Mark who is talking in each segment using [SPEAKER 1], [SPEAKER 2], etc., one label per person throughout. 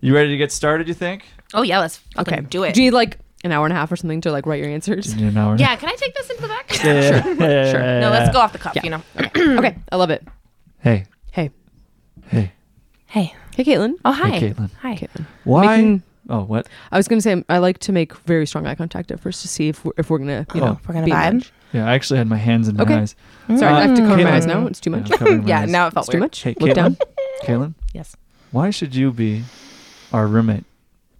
[SPEAKER 1] You ready to get started? You think?
[SPEAKER 2] Oh yeah, let's fucking
[SPEAKER 3] Okay.
[SPEAKER 2] do it.
[SPEAKER 3] Do you need like an hour and a half or something to like write your answers?
[SPEAKER 1] Yeah.
[SPEAKER 2] yeah, can I take this into the back?
[SPEAKER 1] Yeah, yeah, yeah,
[SPEAKER 3] sure.
[SPEAKER 1] yeah, yeah.
[SPEAKER 2] No, let's go off the cuff.
[SPEAKER 3] Yeah.
[SPEAKER 2] You know.
[SPEAKER 3] okay, I love it.
[SPEAKER 1] Hey,
[SPEAKER 3] Hey,
[SPEAKER 1] hey,
[SPEAKER 2] Hey.
[SPEAKER 3] hey, Caitlin.
[SPEAKER 2] Oh hi.
[SPEAKER 1] hey, Caitlin.
[SPEAKER 2] Hi.
[SPEAKER 3] Caitlin.
[SPEAKER 1] Why?
[SPEAKER 3] Making-
[SPEAKER 1] oh, what?
[SPEAKER 3] I was gonna say um, I like to make very strong eye contact at first to see if we're, if we're gonna you
[SPEAKER 1] Oh.
[SPEAKER 3] know
[SPEAKER 1] If
[SPEAKER 2] we're gonna
[SPEAKER 3] be in
[SPEAKER 2] vibe.
[SPEAKER 3] touch.
[SPEAKER 1] Yeah, I actually had my hands in my
[SPEAKER 3] Okay.
[SPEAKER 1] eyes. Uh,
[SPEAKER 3] Sorry, I have to cover my
[SPEAKER 1] Mm. Caitlin.
[SPEAKER 3] eyes now. It's too much.
[SPEAKER 1] Yeah, I'm covering my
[SPEAKER 2] Yeah.
[SPEAKER 1] eyes.
[SPEAKER 2] Now it felt
[SPEAKER 3] it's too
[SPEAKER 2] weird.
[SPEAKER 3] much.
[SPEAKER 1] Hey,
[SPEAKER 3] Look
[SPEAKER 1] Caitlin.
[SPEAKER 3] down.
[SPEAKER 1] Caitlin,
[SPEAKER 2] Yes.
[SPEAKER 1] why should you be our roommate?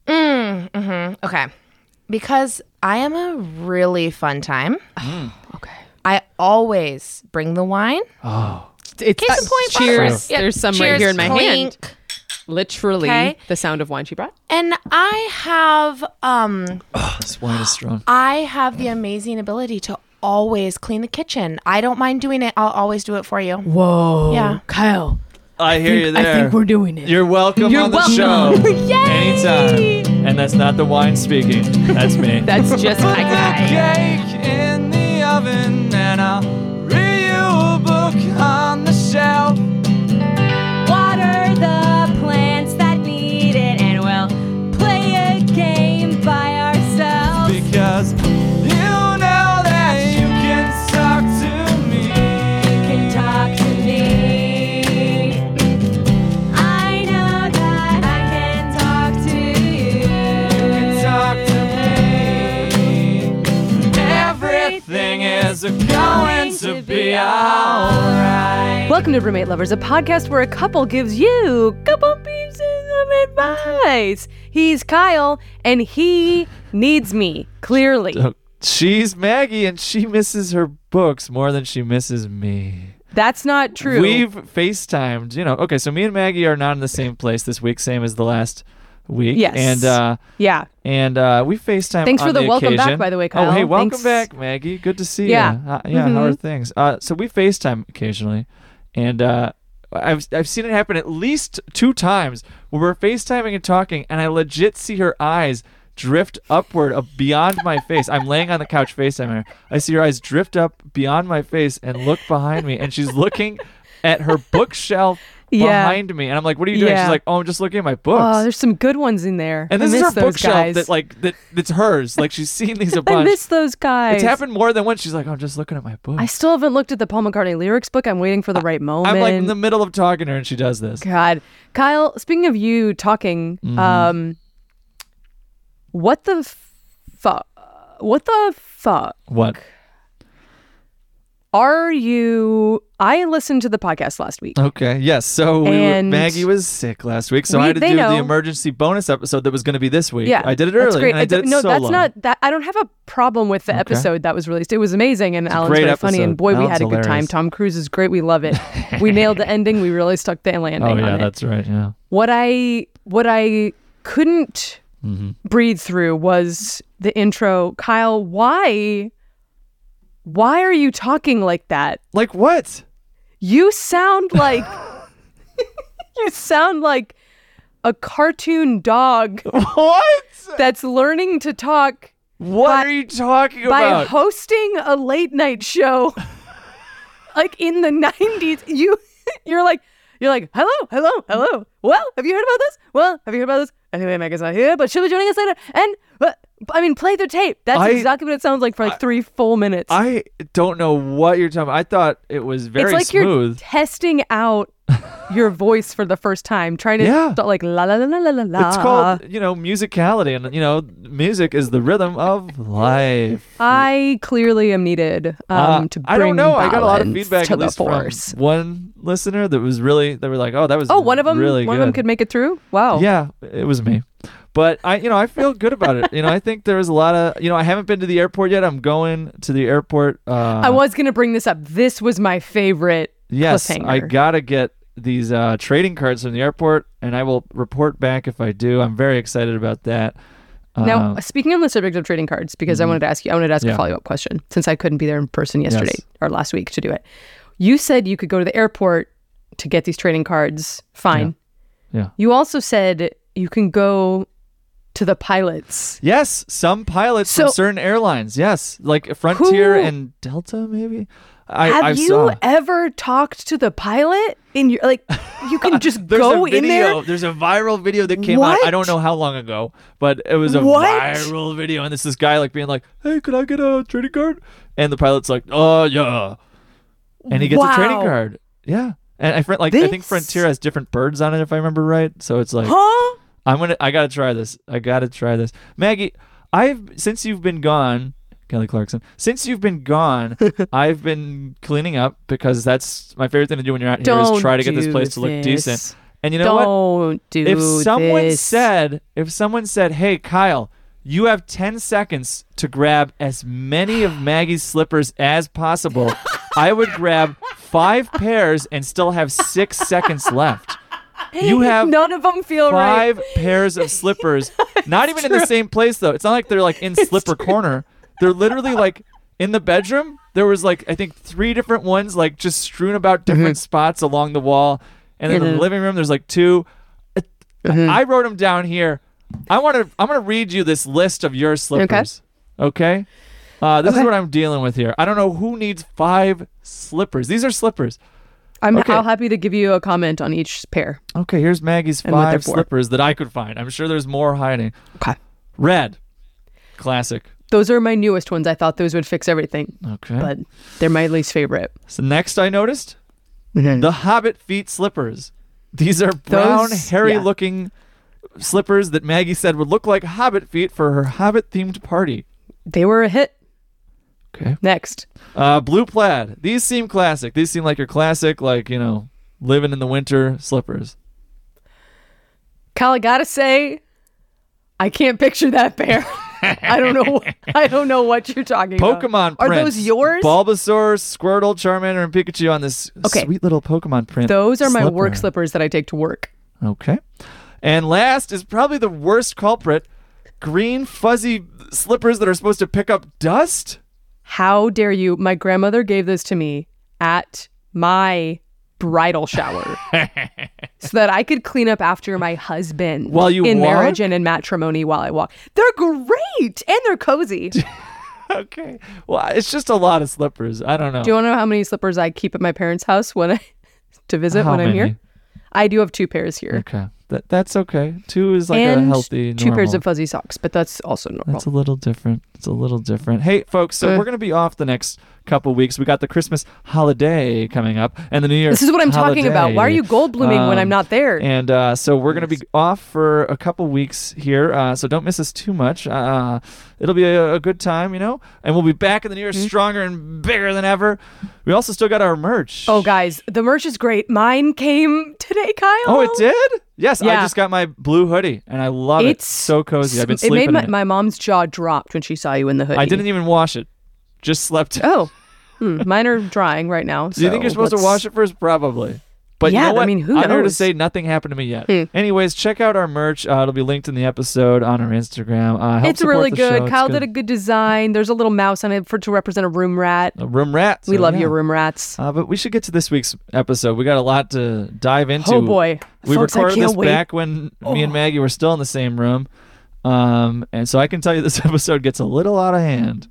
[SPEAKER 2] Mm, hmm Okay. Because I am a really fun time.
[SPEAKER 1] Mm.
[SPEAKER 3] Okay.
[SPEAKER 2] I always bring the wine.
[SPEAKER 1] Oh,
[SPEAKER 3] It's
[SPEAKER 2] Case in point,
[SPEAKER 3] cheers.
[SPEAKER 2] Barbara. Yeah,
[SPEAKER 3] There's some right
[SPEAKER 2] cheers,
[SPEAKER 3] here in my hand.
[SPEAKER 2] clink.
[SPEAKER 3] Literally,
[SPEAKER 2] Okay.
[SPEAKER 3] the sound of wine she brought.
[SPEAKER 2] And I have um
[SPEAKER 1] this wine is strong.
[SPEAKER 2] I have the amazing ability to always clean the kitchen. I don't mind doing it. I'll always do it for you.
[SPEAKER 3] Whoa.
[SPEAKER 2] Yeah.
[SPEAKER 3] Kyle.
[SPEAKER 1] I hear you there.
[SPEAKER 3] doing it.
[SPEAKER 1] You're welcome
[SPEAKER 3] You're
[SPEAKER 1] on the
[SPEAKER 3] welcome.
[SPEAKER 1] show.
[SPEAKER 2] Yay!
[SPEAKER 1] Anytime. And that's not the wine speaking. That's me.
[SPEAKER 3] That's just my guy.
[SPEAKER 1] cake in the oven and I'll read you a book on the shelf.
[SPEAKER 4] Water the plants that need it, and we'll play a game by ourselves.
[SPEAKER 1] Because you know that you can talk to me.
[SPEAKER 4] You can talk to me. I know that I can talk to you.
[SPEAKER 1] Talk to me. Everything is going to be alright.
[SPEAKER 3] Welcome to Roommate Lovers, a podcast where a couple gives you a couple pieces of advice. He's Kyle, and he needs me, clearly.
[SPEAKER 1] She's Maggie and she misses her books more than she misses me.
[SPEAKER 3] That's not true.
[SPEAKER 1] We've FaceTimed, you know. Okay, so me and Maggie are not in the same place this week, same as the last week.
[SPEAKER 3] Yes.
[SPEAKER 1] And uh
[SPEAKER 3] yeah.
[SPEAKER 1] and uh we FaceTime.
[SPEAKER 3] Thanks for
[SPEAKER 1] on
[SPEAKER 3] the welcome back,
[SPEAKER 1] occasion.
[SPEAKER 3] by the way,
[SPEAKER 1] Oh,
[SPEAKER 3] Kyle.
[SPEAKER 1] hey, welcome
[SPEAKER 3] Thanks.
[SPEAKER 1] back, Maggie. Good to see
[SPEAKER 3] Yeah. Mm-hmm.
[SPEAKER 1] you. Uh, yeah, how are things? Uh so we FaceTime occasionally and uh I've I've seen it happen at least two times where we're FaceTiming and talking and I legit see her eyes drift upward up beyond my face. I'm laying on the couch FaceTiming her. I see her eyes drift up beyond my face and look behind me and she's looking at her bookshelf
[SPEAKER 3] Yeah.
[SPEAKER 1] behind me and I'm like, What are you doing?
[SPEAKER 3] Yeah.
[SPEAKER 1] She's like, Oh, I'm just looking at my books.
[SPEAKER 3] Oh, there's some good ones in there.
[SPEAKER 1] And
[SPEAKER 3] I
[SPEAKER 1] this is
[SPEAKER 3] miss
[SPEAKER 1] her
[SPEAKER 3] those
[SPEAKER 1] bookshelf
[SPEAKER 3] guys.
[SPEAKER 1] that like that that's hers. Like she's seen these a
[SPEAKER 3] I
[SPEAKER 1] bunch.
[SPEAKER 3] miss those guys.
[SPEAKER 1] it's happened more than once. She's like, I'm just looking at my book.
[SPEAKER 3] I still haven't looked at the Paul McCartney lyrics book. I'm waiting for the right moment.
[SPEAKER 1] I'm like in the middle of talking to her and she does this.
[SPEAKER 3] God, Kyle. Speaking of you talking,
[SPEAKER 1] Mm-hmm.
[SPEAKER 3] um, what the fuck? What the fuck
[SPEAKER 1] What?
[SPEAKER 3] are you? I listened to the podcast last week.
[SPEAKER 1] Okay. Yes. So we were,
[SPEAKER 3] And-
[SPEAKER 1] Maggie was sick last week, so I
[SPEAKER 3] We-
[SPEAKER 1] had to
[SPEAKER 3] they
[SPEAKER 1] do the
[SPEAKER 3] know.
[SPEAKER 1] emergency bonus episode that was going to be this week.
[SPEAKER 3] Yeah,
[SPEAKER 1] I did it
[SPEAKER 3] that's
[SPEAKER 1] early.
[SPEAKER 3] great.
[SPEAKER 1] And I
[SPEAKER 3] It-
[SPEAKER 1] did it
[SPEAKER 3] no,
[SPEAKER 1] solo.
[SPEAKER 3] that's not that. I don't have a problem with the episode that was released. It was amazing, and Alan's
[SPEAKER 1] great
[SPEAKER 3] very funny,
[SPEAKER 1] episode.
[SPEAKER 3] and boy, we
[SPEAKER 1] Alan's
[SPEAKER 3] had a good time.
[SPEAKER 1] hilarious.
[SPEAKER 3] Tom Cruise is great. We love it. we nailed the ending. We really stuck the landing
[SPEAKER 1] Oh
[SPEAKER 3] on
[SPEAKER 1] yeah,
[SPEAKER 3] it.
[SPEAKER 1] that's right. Yeah.
[SPEAKER 3] what I what I couldn't
[SPEAKER 1] Mm-hmm.
[SPEAKER 3] breathe through was the intro. Kyle, why why are you talking like that?
[SPEAKER 1] Like what?
[SPEAKER 3] You sound like you sound like a cartoon dog
[SPEAKER 1] What?
[SPEAKER 3] that's learning to talk
[SPEAKER 1] What are you talking
[SPEAKER 3] by
[SPEAKER 1] about?
[SPEAKER 3] hosting a late night show like in the 90s you you're like you're like hello hello hello well have you heard about this well have you heard about this anyway megan's not here but she'll be joining us later and but i mean play the tape that's
[SPEAKER 1] I-
[SPEAKER 3] exactly what it sounds like for like three full minutes
[SPEAKER 1] I don't know what you're talking about. I thought it was very
[SPEAKER 3] it's like you're
[SPEAKER 1] smooth.
[SPEAKER 3] testing out your voice for the first time trying to
[SPEAKER 1] Yeah.
[SPEAKER 3] start like la la la la la la la
[SPEAKER 1] It's called, you know, musicality, and you know, music is the rhythm of life.
[SPEAKER 3] i clearly am needed um
[SPEAKER 1] Uh,
[SPEAKER 3] to bring
[SPEAKER 1] I don't know. I got a lot of
[SPEAKER 3] balance
[SPEAKER 1] feedback
[SPEAKER 3] to
[SPEAKER 1] at
[SPEAKER 3] the
[SPEAKER 1] least
[SPEAKER 3] force
[SPEAKER 1] from one listener that was really. They were like, "Oh, that was
[SPEAKER 3] Oh, one of them.
[SPEAKER 1] Really
[SPEAKER 3] one
[SPEAKER 1] good.
[SPEAKER 3] of them could make it through. Wow.
[SPEAKER 1] Yeah, it was me. But I, you know, I feel good about it. You know, I think there was a lot of, you know, I haven't been to the airport yet. I'm going to the airport. Uh,
[SPEAKER 3] I was gonna bring this up. This was my favorite.
[SPEAKER 1] yes,
[SPEAKER 3] cliffhanger.
[SPEAKER 1] I gotta get these uh, trading cards from the airport, and I will report back if I do. I'm very excited about that.
[SPEAKER 3] Now, speaking on the subject of trading cards, because I wanted to ask you, I wanted to
[SPEAKER 1] uh,
[SPEAKER 3] ask
[SPEAKER 1] Mm-hmm. Yeah.
[SPEAKER 3] a follow up question since I couldn't be there in person yesterday or last week to do it. You said you could go to the airport to get these trading cards. Fine.
[SPEAKER 1] Yeah. Yeah.
[SPEAKER 3] You also said you can go to the pilots.
[SPEAKER 1] Yes, some pilots
[SPEAKER 3] So-
[SPEAKER 1] from certain airlines. Yes, like Frontier
[SPEAKER 3] Who-
[SPEAKER 1] and Delta, maybe. I,
[SPEAKER 3] Have
[SPEAKER 1] I
[SPEAKER 3] you
[SPEAKER 1] saw.
[SPEAKER 3] ever talked to the pilot in your like? You can just
[SPEAKER 1] There's a
[SPEAKER 3] go
[SPEAKER 1] video.
[SPEAKER 3] in there.
[SPEAKER 1] There's a viral video that came out. I don't
[SPEAKER 3] What?
[SPEAKER 1] know how long ago, but it was a
[SPEAKER 3] What?
[SPEAKER 1] viral video, and this this guy like being like, "Hey, could I get a trading card?" And the pilot's like, "Oh yeah," and he gets a trading
[SPEAKER 3] Wow.
[SPEAKER 1] card. Yeah, and I fr- like I think
[SPEAKER 3] This-
[SPEAKER 1] Frontier has different birds on it if I remember right. So it's like
[SPEAKER 3] Huh?
[SPEAKER 1] I'm gonna I gotta try this. I gotta try this, Maggie. I've since you've been gone. Kelly Clarkson. Since you've been gone, I've been cleaning up because that's my favorite thing to do when you're out here is
[SPEAKER 3] Don't
[SPEAKER 1] try to get this
[SPEAKER 3] do
[SPEAKER 1] place to look
[SPEAKER 3] this.
[SPEAKER 1] decent. And you know what?
[SPEAKER 3] Don't do
[SPEAKER 1] if someone
[SPEAKER 3] this.
[SPEAKER 1] said if someone said hey kyle you have 10 seconds to grab as many of maggie's slippers as possible i would grab five pairs and still have six seconds left you have
[SPEAKER 3] none of them feel Oh, right.
[SPEAKER 1] five pairs of slippers not even in the same place though it's not like they're like in slipper corner they're literally like in the bedroom there was like i think three different ones like just strewn about
[SPEAKER 3] Mm-hmm.
[SPEAKER 1] different spots along the wall and then in
[SPEAKER 3] In
[SPEAKER 1] the
[SPEAKER 3] a-
[SPEAKER 1] living room there's like two
[SPEAKER 3] Mm-hmm.
[SPEAKER 1] I wrote them down here. I want to. I'm going to read you this list of your slippers. Okay. Uh, this is
[SPEAKER 3] Okay.
[SPEAKER 1] what I'm dealing with here. I don't know who needs five slippers. These are slippers.
[SPEAKER 3] I'm
[SPEAKER 1] Okay.
[SPEAKER 3] how happy to give you a comment on each pair.
[SPEAKER 1] Okay, here's Maggie's
[SPEAKER 3] And what they're
[SPEAKER 1] five
[SPEAKER 3] for.
[SPEAKER 1] slippers that I could find. I'm sure there's more hiding.
[SPEAKER 3] Okay.
[SPEAKER 1] Red, classic.
[SPEAKER 3] Those are my newest ones. I thought those would fix everything,
[SPEAKER 1] Okay.
[SPEAKER 3] but they're my least favorite.
[SPEAKER 1] so next, I noticed the Hobbit feet slippers. These are brown,
[SPEAKER 3] Those- yeah.
[SPEAKER 1] hairy-looking slippers that Maggie said would look like Hobbit feet for her Hobbit-themed party.
[SPEAKER 3] They were a hit.
[SPEAKER 1] Okay.
[SPEAKER 3] Next.
[SPEAKER 1] Uh, blue plaid. These seem classic. These seem like your classic, like you know, living in the winter slippers.
[SPEAKER 3] Kyle, I gotta say, I can't picture that pair. I don't know. I don't know what you're talking
[SPEAKER 1] Pokemon
[SPEAKER 3] about. Are
[SPEAKER 1] prints.
[SPEAKER 3] those yours?
[SPEAKER 1] Bulbasaur, Squirtle, Charmander, and Pikachu on this
[SPEAKER 3] Okay.
[SPEAKER 1] sweet little Pokemon print.
[SPEAKER 3] those are my work
[SPEAKER 1] slipper.
[SPEAKER 3] slippers that I take to work.
[SPEAKER 1] Okay. And last is probably the worst culprit: green fuzzy slippers that are supposed to pick up dust.
[SPEAKER 3] How dare you? My grandmother gave those to me at my bridal shower so that I could clean up after my husband
[SPEAKER 1] While you
[SPEAKER 3] in
[SPEAKER 1] walk?
[SPEAKER 3] marriage and in matrimony while I walk. They're great and they're cozy. Do
[SPEAKER 1] Okay. Well, it's just a lot of slippers. I don't know.
[SPEAKER 3] you want to know how many slippers I keep at my parents' house when I to visit
[SPEAKER 1] How
[SPEAKER 3] when I'm
[SPEAKER 1] many?
[SPEAKER 3] here? I do have two pairs here.
[SPEAKER 1] Okay. That that's okay. Two is like
[SPEAKER 3] and
[SPEAKER 1] a healthy.
[SPEAKER 3] two pairs
[SPEAKER 1] normal.
[SPEAKER 3] of fuzzy socks, but that's also normal.
[SPEAKER 1] That's a little different. It's a little different. Hey, folks, so
[SPEAKER 3] Uh.
[SPEAKER 1] we're going to be off the next couple weeks. We got the Christmas holiday coming up and the New Year's.
[SPEAKER 3] This is what I'm talking about. Why are
[SPEAKER 1] holiday.
[SPEAKER 3] you gold blooming when I'm
[SPEAKER 1] Um,
[SPEAKER 3] not there?
[SPEAKER 1] And uh, so we're going to be off for a couple weeks here. Uh, so don't miss us too much. Uh, it'll be a, a good time, you know? And we'll be back in the New
[SPEAKER 3] Mm-hmm.
[SPEAKER 1] Year stronger and bigger than ever. We also still got our merch.
[SPEAKER 3] Oh, guys, the merch is great. Mine came today, Kyle.
[SPEAKER 1] Oh, it did? Yes, I
[SPEAKER 3] Yeah.
[SPEAKER 1] just got my blue hoodie and I love it.
[SPEAKER 3] It's
[SPEAKER 1] So cozy. I've been
[SPEAKER 3] It
[SPEAKER 1] sleeping.
[SPEAKER 3] made my,
[SPEAKER 1] in it.
[SPEAKER 3] my mom's jaw dropped when she saw you in the hoodie.
[SPEAKER 1] I didn't e-, even wash it, just slept in it.
[SPEAKER 3] Oh, hmm, mine are drying right now.
[SPEAKER 1] Do you think you're supposed to wash it first? Probably. But you
[SPEAKER 3] Yeah,
[SPEAKER 1] know
[SPEAKER 3] I
[SPEAKER 1] what?
[SPEAKER 3] mean, who
[SPEAKER 1] I'm here to
[SPEAKER 3] knows? Hmm.
[SPEAKER 1] say nothing happened to me yet. Anyways, check out our merch. Uh, it'll be linked in the episode on our Instagram. Uh, help
[SPEAKER 3] It's
[SPEAKER 1] support
[SPEAKER 3] really
[SPEAKER 1] the
[SPEAKER 3] good.
[SPEAKER 1] show. It's
[SPEAKER 3] Kyle did a good design. There's a little mouse on it for to represent a room rat.
[SPEAKER 1] a Uh, room rat.
[SPEAKER 3] we
[SPEAKER 1] so
[SPEAKER 3] love
[SPEAKER 1] Oh, yeah.
[SPEAKER 3] you, room rats.
[SPEAKER 1] Uh, but we should get to this week's episode. We got a lot to dive into.
[SPEAKER 3] Oh boy,
[SPEAKER 1] we
[SPEAKER 3] Folks, I
[SPEAKER 1] recorded
[SPEAKER 3] can't
[SPEAKER 1] this
[SPEAKER 3] wait. Oh.
[SPEAKER 1] back when me and Maggie were still in the same room, um, and so I can tell you this episode gets a little out of hand.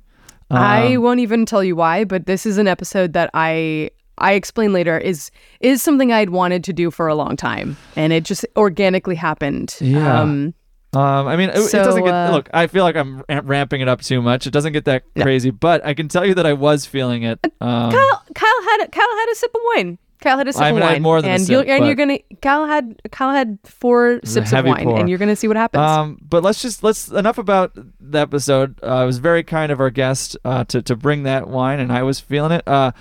[SPEAKER 3] I
[SPEAKER 1] um,
[SPEAKER 3] won't even tell you why, but this is an episode that I I explain later is is something I'd wanted to do for a long time, and it just organically happened.
[SPEAKER 1] Yeah. Um, I mean, it, it doesn't
[SPEAKER 3] So,
[SPEAKER 1] get.
[SPEAKER 3] uh,
[SPEAKER 1] look, I feel like I'm ra- ramping it up too much. It doesn't get that crazy, but I can tell you that I was feeling it. Um,
[SPEAKER 3] Kyle, Kyle had a, Kyle had a sip of wine. Kyle had a sip
[SPEAKER 1] I haven't
[SPEAKER 3] of
[SPEAKER 1] had
[SPEAKER 3] wine,
[SPEAKER 1] more than a
[SPEAKER 3] and
[SPEAKER 1] sip,
[SPEAKER 3] you'll, and you're
[SPEAKER 1] but-
[SPEAKER 3] gonna Kyle had Kyle had four
[SPEAKER 1] a
[SPEAKER 3] sips of
[SPEAKER 1] heavy
[SPEAKER 3] wine,
[SPEAKER 1] pour.
[SPEAKER 3] and you're gonna see what happens.
[SPEAKER 1] um, but let's just let's enough about the episode. Uh, it was very kind of our guest uh, to to bring that wine, and I was feeling it. Uh,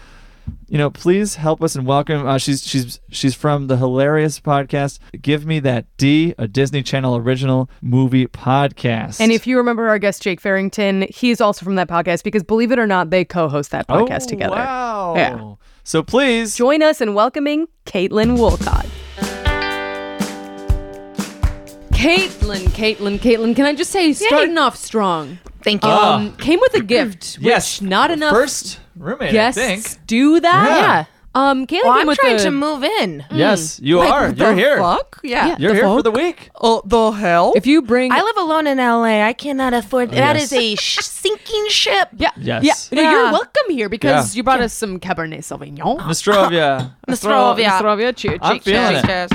[SPEAKER 1] you know, please help us and welcome. Uh, she's she's she's from the hilarious podcast. Give me that D, a Disney Channel original movie podcast.
[SPEAKER 3] and if you remember our guest Jake Farrington, he's also from that podcast because believe it or not, they co-host that podcast
[SPEAKER 1] oh,
[SPEAKER 3] together.
[SPEAKER 1] wow.
[SPEAKER 3] Yeah.
[SPEAKER 1] So please
[SPEAKER 3] Join us in welcoming Caitlin Wolcott.
[SPEAKER 5] Caitlin, Caitlin, Caitlin. Can I just say, starting off strong.
[SPEAKER 2] Thank you.
[SPEAKER 5] Um, came with a gift. Which
[SPEAKER 1] Uh, Yes.
[SPEAKER 5] Not enough
[SPEAKER 1] First roommate,
[SPEAKER 5] guests
[SPEAKER 1] I think.
[SPEAKER 3] Ah,
[SPEAKER 5] do that.
[SPEAKER 1] Yeah.
[SPEAKER 3] Um, Kayla
[SPEAKER 2] Well,
[SPEAKER 3] came
[SPEAKER 2] I'm
[SPEAKER 3] with
[SPEAKER 2] trying
[SPEAKER 3] the-
[SPEAKER 2] to move in.
[SPEAKER 1] Yes, you
[SPEAKER 6] Like,
[SPEAKER 1] are.
[SPEAKER 6] what
[SPEAKER 1] You're
[SPEAKER 6] the
[SPEAKER 1] here.
[SPEAKER 6] Fuck? Yeah.
[SPEAKER 3] Yeah.
[SPEAKER 1] You're
[SPEAKER 3] The
[SPEAKER 1] here for
[SPEAKER 3] fuck?
[SPEAKER 1] the week.
[SPEAKER 6] Oh, the hell?
[SPEAKER 3] If you bring,
[SPEAKER 2] I live alone in LA. I cannot afford that.
[SPEAKER 1] yes.
[SPEAKER 2] Is a sh- sinking ship.
[SPEAKER 3] yeah,
[SPEAKER 1] Yes.
[SPEAKER 3] yeah. Oh, No, you're welcome here because
[SPEAKER 1] Yeah.
[SPEAKER 3] you brought us some Cabernet Sauvignon.
[SPEAKER 1] Nostrovia.
[SPEAKER 2] Nostrovia.
[SPEAKER 3] Nostrovia, cheer,
[SPEAKER 1] I'm
[SPEAKER 3] cheer,
[SPEAKER 1] feeling
[SPEAKER 3] cheer.
[SPEAKER 1] it.
[SPEAKER 6] Yes.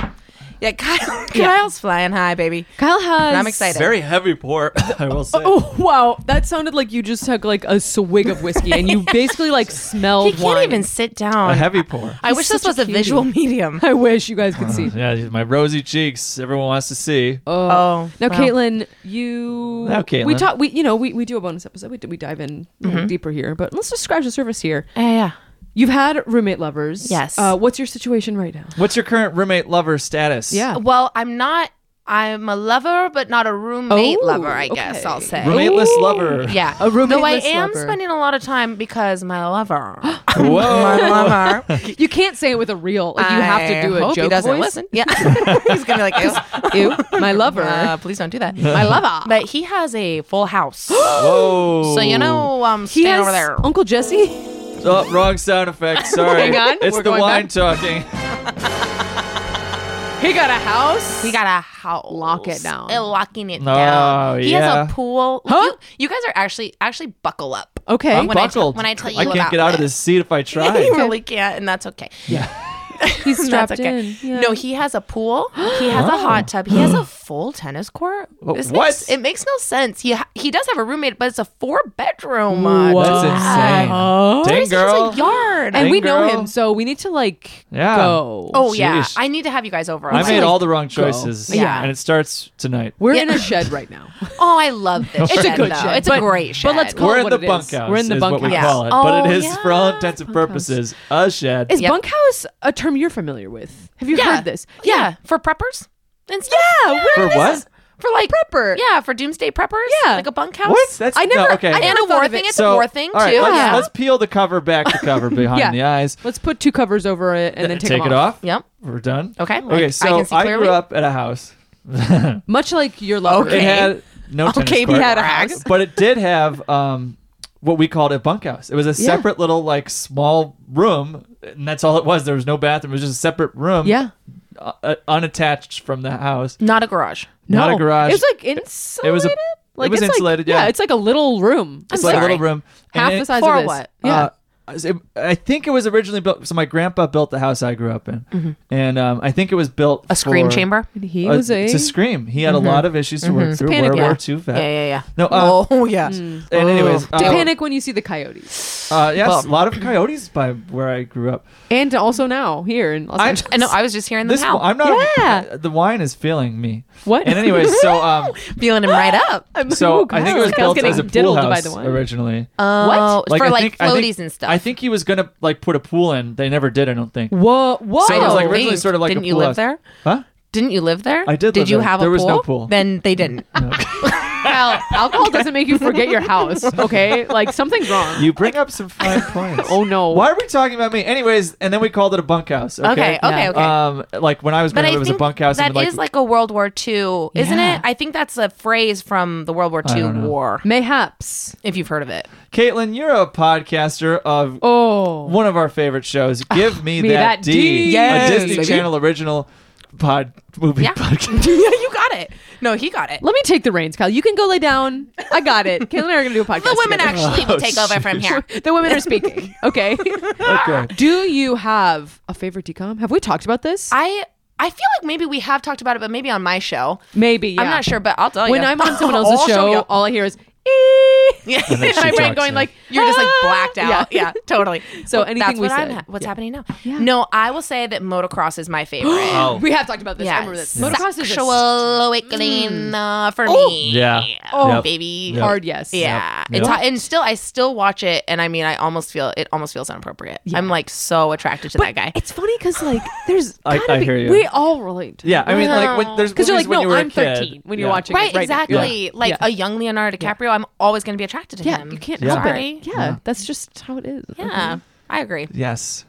[SPEAKER 6] Yeah, Kyle.
[SPEAKER 2] Kyle's flying high, baby.
[SPEAKER 3] Kyle has.
[SPEAKER 2] I'm excited.
[SPEAKER 1] Very heavy pour, I will say.
[SPEAKER 3] Oh wow, that sounded like you just took like a swig of whiskey and you basically like
[SPEAKER 2] He
[SPEAKER 3] smelled
[SPEAKER 2] can't
[SPEAKER 3] wine.
[SPEAKER 2] even sit down.
[SPEAKER 1] A heavy pour.
[SPEAKER 2] I
[SPEAKER 3] He's
[SPEAKER 2] wish this
[SPEAKER 3] such a
[SPEAKER 2] was a
[SPEAKER 3] cutie.
[SPEAKER 2] visual medium.
[SPEAKER 3] I wish you guys could see.
[SPEAKER 1] Yeah, my rosy cheeks. Everyone wants to see.
[SPEAKER 3] Oh.
[SPEAKER 2] Oh,
[SPEAKER 3] Now,
[SPEAKER 2] wow.
[SPEAKER 3] Caitlin, you.
[SPEAKER 1] Now,
[SPEAKER 3] We
[SPEAKER 1] Caitlin.
[SPEAKER 3] talk. We you know we, we do a bonus episode. We, d- we dive in you
[SPEAKER 2] Mm-hmm.
[SPEAKER 3] know, deeper here, but let's just scratch the surface here.
[SPEAKER 2] Yeah, yeah.
[SPEAKER 3] You've had roommate lovers.
[SPEAKER 2] Yes.
[SPEAKER 3] Uh, what's your situation right now?
[SPEAKER 1] What's your current roommate lover status?
[SPEAKER 3] Yeah.
[SPEAKER 2] Well, I'm not. I'm a lover, but not a roommate
[SPEAKER 3] Oh,
[SPEAKER 2] lover. I guess
[SPEAKER 3] okay.
[SPEAKER 2] I'll say.
[SPEAKER 1] Roommateless lover.
[SPEAKER 2] yeah,
[SPEAKER 3] A roommateless
[SPEAKER 2] Though I am
[SPEAKER 3] lover.
[SPEAKER 2] spending a lot of time because my lover, my
[SPEAKER 1] Whoa.
[SPEAKER 2] lover,
[SPEAKER 3] You can't say it with a real. Like, you have to
[SPEAKER 2] I
[SPEAKER 3] do a
[SPEAKER 2] hope
[SPEAKER 3] joke
[SPEAKER 2] He doesn't
[SPEAKER 3] voice.
[SPEAKER 2] listen. Yeah, he's gonna be like, ew,
[SPEAKER 3] Ew, Oh my lover.
[SPEAKER 2] uh, please don't do that.
[SPEAKER 3] my lover.
[SPEAKER 2] But he has a full house,
[SPEAKER 1] Whoa.
[SPEAKER 2] so you know, um,
[SPEAKER 3] Oh. He
[SPEAKER 2] staying
[SPEAKER 3] has
[SPEAKER 2] over there.
[SPEAKER 3] Uncle Jesse.
[SPEAKER 1] Oh, wrong sound effect. Sorry.
[SPEAKER 3] Hang on,
[SPEAKER 1] It's
[SPEAKER 3] we're
[SPEAKER 1] the
[SPEAKER 3] going
[SPEAKER 1] wine
[SPEAKER 3] back.
[SPEAKER 1] talking.
[SPEAKER 3] He got a house.
[SPEAKER 2] He got a house.
[SPEAKER 3] Lock it down. Oh,
[SPEAKER 2] Uh, locking it
[SPEAKER 1] No,
[SPEAKER 2] down. He
[SPEAKER 1] yeah.
[SPEAKER 2] has a pool.
[SPEAKER 3] Huh?
[SPEAKER 2] You, you guys are actually actually buckle up.
[SPEAKER 3] Okay.
[SPEAKER 1] I'm
[SPEAKER 2] When I tell-
[SPEAKER 1] buckled.
[SPEAKER 2] when I tell you
[SPEAKER 1] I can't
[SPEAKER 2] about
[SPEAKER 1] get out of
[SPEAKER 2] this.
[SPEAKER 1] this seat if I try.
[SPEAKER 2] You really can't, and that's okay.
[SPEAKER 1] yeah.
[SPEAKER 3] He's strapped
[SPEAKER 2] That's okay.
[SPEAKER 3] in. Yeah.
[SPEAKER 2] No, he has a pool. He has a hot tub. He has a full tennis court.
[SPEAKER 1] Wha-
[SPEAKER 2] This
[SPEAKER 1] what?
[SPEAKER 2] Makes, it makes no sense. He ha- he does have a roommate, but it's a uh, four bedroom.
[SPEAKER 1] That's insane. Dang, girl.
[SPEAKER 2] It's a yard.
[SPEAKER 3] And we
[SPEAKER 1] Dang,
[SPEAKER 3] know
[SPEAKER 1] girl.
[SPEAKER 3] him, so we need to like
[SPEAKER 1] Yeah.
[SPEAKER 3] go.
[SPEAKER 2] oh yeah,
[SPEAKER 1] Sheesh.
[SPEAKER 2] I need to have you guys over.
[SPEAKER 1] I
[SPEAKER 2] I'm
[SPEAKER 1] made
[SPEAKER 2] like,
[SPEAKER 1] all the wrong choices.
[SPEAKER 2] Yeah.
[SPEAKER 1] And it starts tonight.
[SPEAKER 3] We're in a shed right now.
[SPEAKER 2] oh, I love this.
[SPEAKER 3] It's a
[SPEAKER 2] shed,
[SPEAKER 3] good
[SPEAKER 2] though.
[SPEAKER 3] shed,
[SPEAKER 2] It's
[SPEAKER 3] but-
[SPEAKER 2] a great shed.
[SPEAKER 3] but let's call
[SPEAKER 1] We're
[SPEAKER 3] it
[SPEAKER 1] in
[SPEAKER 3] what
[SPEAKER 1] the
[SPEAKER 3] it is.
[SPEAKER 1] bunkhouse.
[SPEAKER 3] We're in the
[SPEAKER 1] is what we
[SPEAKER 2] bunkhouse.
[SPEAKER 1] call it. But
[SPEAKER 2] Yeah.
[SPEAKER 1] it is,
[SPEAKER 2] Oh,
[SPEAKER 1] for all
[SPEAKER 2] yeah.
[SPEAKER 1] intents and purposes, a shed.
[SPEAKER 3] Is
[SPEAKER 2] Yep.
[SPEAKER 3] bunkhouse a term you're familiar with? Have you
[SPEAKER 2] yeah.
[SPEAKER 3] heard this?
[SPEAKER 2] Yeah. for preppers and stuff.
[SPEAKER 3] Yeah,
[SPEAKER 1] for what?
[SPEAKER 2] for like
[SPEAKER 3] Prepper.
[SPEAKER 2] Yeah, for doomsday preppers.
[SPEAKER 3] Yeah.
[SPEAKER 2] like a bunkhouse.
[SPEAKER 1] What? That's
[SPEAKER 3] I
[SPEAKER 1] no,
[SPEAKER 3] never-
[SPEAKER 1] okay.
[SPEAKER 3] I
[SPEAKER 2] And
[SPEAKER 3] never
[SPEAKER 2] a war
[SPEAKER 3] thought of
[SPEAKER 2] thing.
[SPEAKER 3] it.
[SPEAKER 2] It's a war thing
[SPEAKER 1] all right,
[SPEAKER 2] too.
[SPEAKER 1] let's,
[SPEAKER 3] Yeah.
[SPEAKER 1] let's peel the cover back to cover behind
[SPEAKER 3] Yeah.
[SPEAKER 1] the eyes.
[SPEAKER 3] Let's put two covers over it and then take, 'em
[SPEAKER 1] it off.
[SPEAKER 2] Yep.
[SPEAKER 1] We're done.
[SPEAKER 2] Okay. I- I
[SPEAKER 1] Okay.
[SPEAKER 2] can
[SPEAKER 1] So I,
[SPEAKER 2] see
[SPEAKER 1] grew
[SPEAKER 2] clearly.
[SPEAKER 1] up at a house.
[SPEAKER 3] Much like your lover.
[SPEAKER 1] It had no tennis
[SPEAKER 6] Okay, if you
[SPEAKER 1] court,
[SPEAKER 6] had a house.
[SPEAKER 1] but it did have um, what we called a bunkhouse. It was a separate little like small room, and that's all it was. There was no bathroom. It was just a separate room.
[SPEAKER 3] Yeah.
[SPEAKER 1] uh, uh, unattached from the house.
[SPEAKER 2] Not a garage.
[SPEAKER 1] Not a garage.
[SPEAKER 3] It's like insulated.
[SPEAKER 1] It was a- it was
[SPEAKER 3] it's like-
[SPEAKER 1] insulated, yeah.
[SPEAKER 3] it's like a little room.
[SPEAKER 1] It's
[SPEAKER 3] I'm
[SPEAKER 1] like a
[SPEAKER 3] sorry.
[SPEAKER 1] little room. And
[SPEAKER 3] Half
[SPEAKER 1] it-
[SPEAKER 3] the size
[SPEAKER 2] For
[SPEAKER 3] of this.
[SPEAKER 2] what?
[SPEAKER 3] Yeah.
[SPEAKER 1] Uh, it- I think it was originally built. So my grandpa built the house I grew up in, and um, I think it was built
[SPEAKER 2] Mm-hmm. A scream
[SPEAKER 1] for-
[SPEAKER 2] chamber.
[SPEAKER 3] And he
[SPEAKER 1] uh,
[SPEAKER 3] was a. Mm-hmm.
[SPEAKER 1] to scream. He had a lot of issues to work through.
[SPEAKER 3] Panic,
[SPEAKER 1] World
[SPEAKER 3] yeah.
[SPEAKER 1] War II vet.
[SPEAKER 2] Yeah, Oh. yeah, Mm. yeah.
[SPEAKER 1] No, uh,
[SPEAKER 6] oh, yeah.
[SPEAKER 1] and anyways,
[SPEAKER 3] to
[SPEAKER 1] uh,
[SPEAKER 3] panic when you see the coyotes,
[SPEAKER 1] Uh, yes, a lot of coyotes by where I grew up.
[SPEAKER 3] and also now here in Los
[SPEAKER 1] I'm-
[SPEAKER 3] Angeles.
[SPEAKER 2] I know. I was just hearing them
[SPEAKER 1] This
[SPEAKER 2] howl.
[SPEAKER 1] I'm not. uh,
[SPEAKER 3] Yeah.
[SPEAKER 1] The wine is failing me.
[SPEAKER 3] What?
[SPEAKER 1] And anyways, so um,
[SPEAKER 2] feeling him right up.
[SPEAKER 1] so
[SPEAKER 3] Oh,
[SPEAKER 1] I think it
[SPEAKER 3] God.
[SPEAKER 1] was
[SPEAKER 3] Kyle's
[SPEAKER 1] built
[SPEAKER 3] getting
[SPEAKER 1] as a pool
[SPEAKER 3] diddled by
[SPEAKER 1] house
[SPEAKER 3] the wine.
[SPEAKER 1] originally.
[SPEAKER 2] Oh, for
[SPEAKER 1] I
[SPEAKER 2] like
[SPEAKER 1] think- I
[SPEAKER 2] floaties
[SPEAKER 1] think-
[SPEAKER 2] and stuff.
[SPEAKER 1] I think he was gonna like put a pool in. They never did. I don't think.
[SPEAKER 3] Whoa, whoa!
[SPEAKER 1] So it was like
[SPEAKER 2] Oh,
[SPEAKER 1] originally
[SPEAKER 2] wait.
[SPEAKER 1] sort of like a
[SPEAKER 2] Didn't you
[SPEAKER 1] pool
[SPEAKER 2] live
[SPEAKER 1] house.
[SPEAKER 2] there?
[SPEAKER 1] Huh?
[SPEAKER 2] Didn't you live there?
[SPEAKER 1] I did
[SPEAKER 2] Did
[SPEAKER 1] live
[SPEAKER 2] you
[SPEAKER 1] there.
[SPEAKER 2] have a
[SPEAKER 1] There was
[SPEAKER 2] pool?
[SPEAKER 1] no pool.
[SPEAKER 2] Then they didn't.
[SPEAKER 3] Kyle, alcohol doesn't make you forget your house. Okay, like something's wrong.
[SPEAKER 1] You bring up some fine points.
[SPEAKER 3] oh no!
[SPEAKER 1] Why are we talking about me? Anyways, and then we called it a bunkhouse. Okay.
[SPEAKER 2] Okay, okay,
[SPEAKER 3] Yeah.
[SPEAKER 2] okay.
[SPEAKER 1] Um, like when I was
[SPEAKER 2] but
[SPEAKER 1] growing up,
[SPEAKER 2] I
[SPEAKER 1] it was a
[SPEAKER 2] think
[SPEAKER 1] bunkhouse.
[SPEAKER 2] that
[SPEAKER 1] and like,
[SPEAKER 2] is like a World War II, isn't
[SPEAKER 3] Yeah.
[SPEAKER 2] it? I think that's a phrase from the World War
[SPEAKER 1] I don't
[SPEAKER 2] II
[SPEAKER 1] know.
[SPEAKER 2] war,
[SPEAKER 3] Mayhaps.
[SPEAKER 2] if you've heard of it.
[SPEAKER 1] Caitlin, you're a podcaster of
[SPEAKER 3] Oh.
[SPEAKER 1] one of our favorite shows. Give me,
[SPEAKER 3] Me
[SPEAKER 1] that,
[SPEAKER 3] That
[SPEAKER 1] D,
[SPEAKER 3] D. Yes,
[SPEAKER 1] a Disney
[SPEAKER 3] baby.
[SPEAKER 1] Channel original pod movie
[SPEAKER 2] Yeah.
[SPEAKER 1] podcast.
[SPEAKER 2] yeah, you got it. No, he got it.
[SPEAKER 3] Let me take the reins, Kyle. You can go lay down. I got it. Caitlin and I are gonna do a podcast.
[SPEAKER 2] The women
[SPEAKER 3] together.
[SPEAKER 2] actually
[SPEAKER 1] Oh,
[SPEAKER 2] will take over from here.
[SPEAKER 3] The women are speaking. Okay.
[SPEAKER 1] okay.
[SPEAKER 3] do you have a favorite decom? Have we talked about this?
[SPEAKER 2] I I feel like maybe we have talked about it, but maybe on my show.
[SPEAKER 3] Maybe. Yeah.
[SPEAKER 2] I'm not sure, but I'll tell you.
[SPEAKER 3] When I'm on someone
[SPEAKER 2] I'll
[SPEAKER 3] else's
[SPEAKER 2] show you.
[SPEAKER 3] show, all I hear is. "Ee."
[SPEAKER 2] Yeah,
[SPEAKER 1] then she
[SPEAKER 2] my brain
[SPEAKER 1] talks,
[SPEAKER 2] going
[SPEAKER 1] yeah.
[SPEAKER 2] like you're just like
[SPEAKER 3] "Ah!"
[SPEAKER 2] blacked out.
[SPEAKER 3] Yeah.
[SPEAKER 2] Yeah, totally.
[SPEAKER 3] So anything
[SPEAKER 2] that's
[SPEAKER 3] we
[SPEAKER 2] what I'm
[SPEAKER 3] said.
[SPEAKER 2] ha- what's
[SPEAKER 3] Yeah.
[SPEAKER 2] happening now? No, I will say that motocross is my favorite.
[SPEAKER 1] Oh.
[SPEAKER 3] We have talked about this. I
[SPEAKER 2] Yeah,
[SPEAKER 3] remember this. Motocross is
[SPEAKER 2] sexual
[SPEAKER 3] a
[SPEAKER 2] awakening uh, for me.
[SPEAKER 1] Yeah.
[SPEAKER 2] oh
[SPEAKER 1] Yep.
[SPEAKER 2] baby.
[SPEAKER 1] Yep.
[SPEAKER 3] Mm. hard yes.
[SPEAKER 2] Yeah,
[SPEAKER 1] Yep.
[SPEAKER 2] It's hot- and still I still watch it, and I mean I almost feel it almost feels inappropriate. I'm like so attracted to that guy.
[SPEAKER 3] It's funny because like there's.
[SPEAKER 1] I-
[SPEAKER 3] gotta
[SPEAKER 1] I
[SPEAKER 3] be-
[SPEAKER 1] hear you.
[SPEAKER 3] We all relate.
[SPEAKER 1] Yeah, I mean, like when there's
[SPEAKER 3] Because you're
[SPEAKER 1] movies
[SPEAKER 3] like,
[SPEAKER 1] when
[SPEAKER 3] no,
[SPEAKER 1] you were
[SPEAKER 3] I'm
[SPEAKER 1] a kid.
[SPEAKER 3] 13 when you're
[SPEAKER 1] Yeah.
[SPEAKER 3] watching
[SPEAKER 2] Right,
[SPEAKER 3] it. now.
[SPEAKER 2] exactly. Like uh, a
[SPEAKER 3] Yeah.
[SPEAKER 2] young Leonardo DiCaprio, I'm always going to be attracted to
[SPEAKER 3] Yeah,
[SPEAKER 2] him.
[SPEAKER 3] you can't
[SPEAKER 1] Yeah.
[SPEAKER 3] help
[SPEAKER 2] Sorry.
[SPEAKER 3] it. Yeah, that's just how it is.
[SPEAKER 2] Yeah, I agree.
[SPEAKER 1] Yes.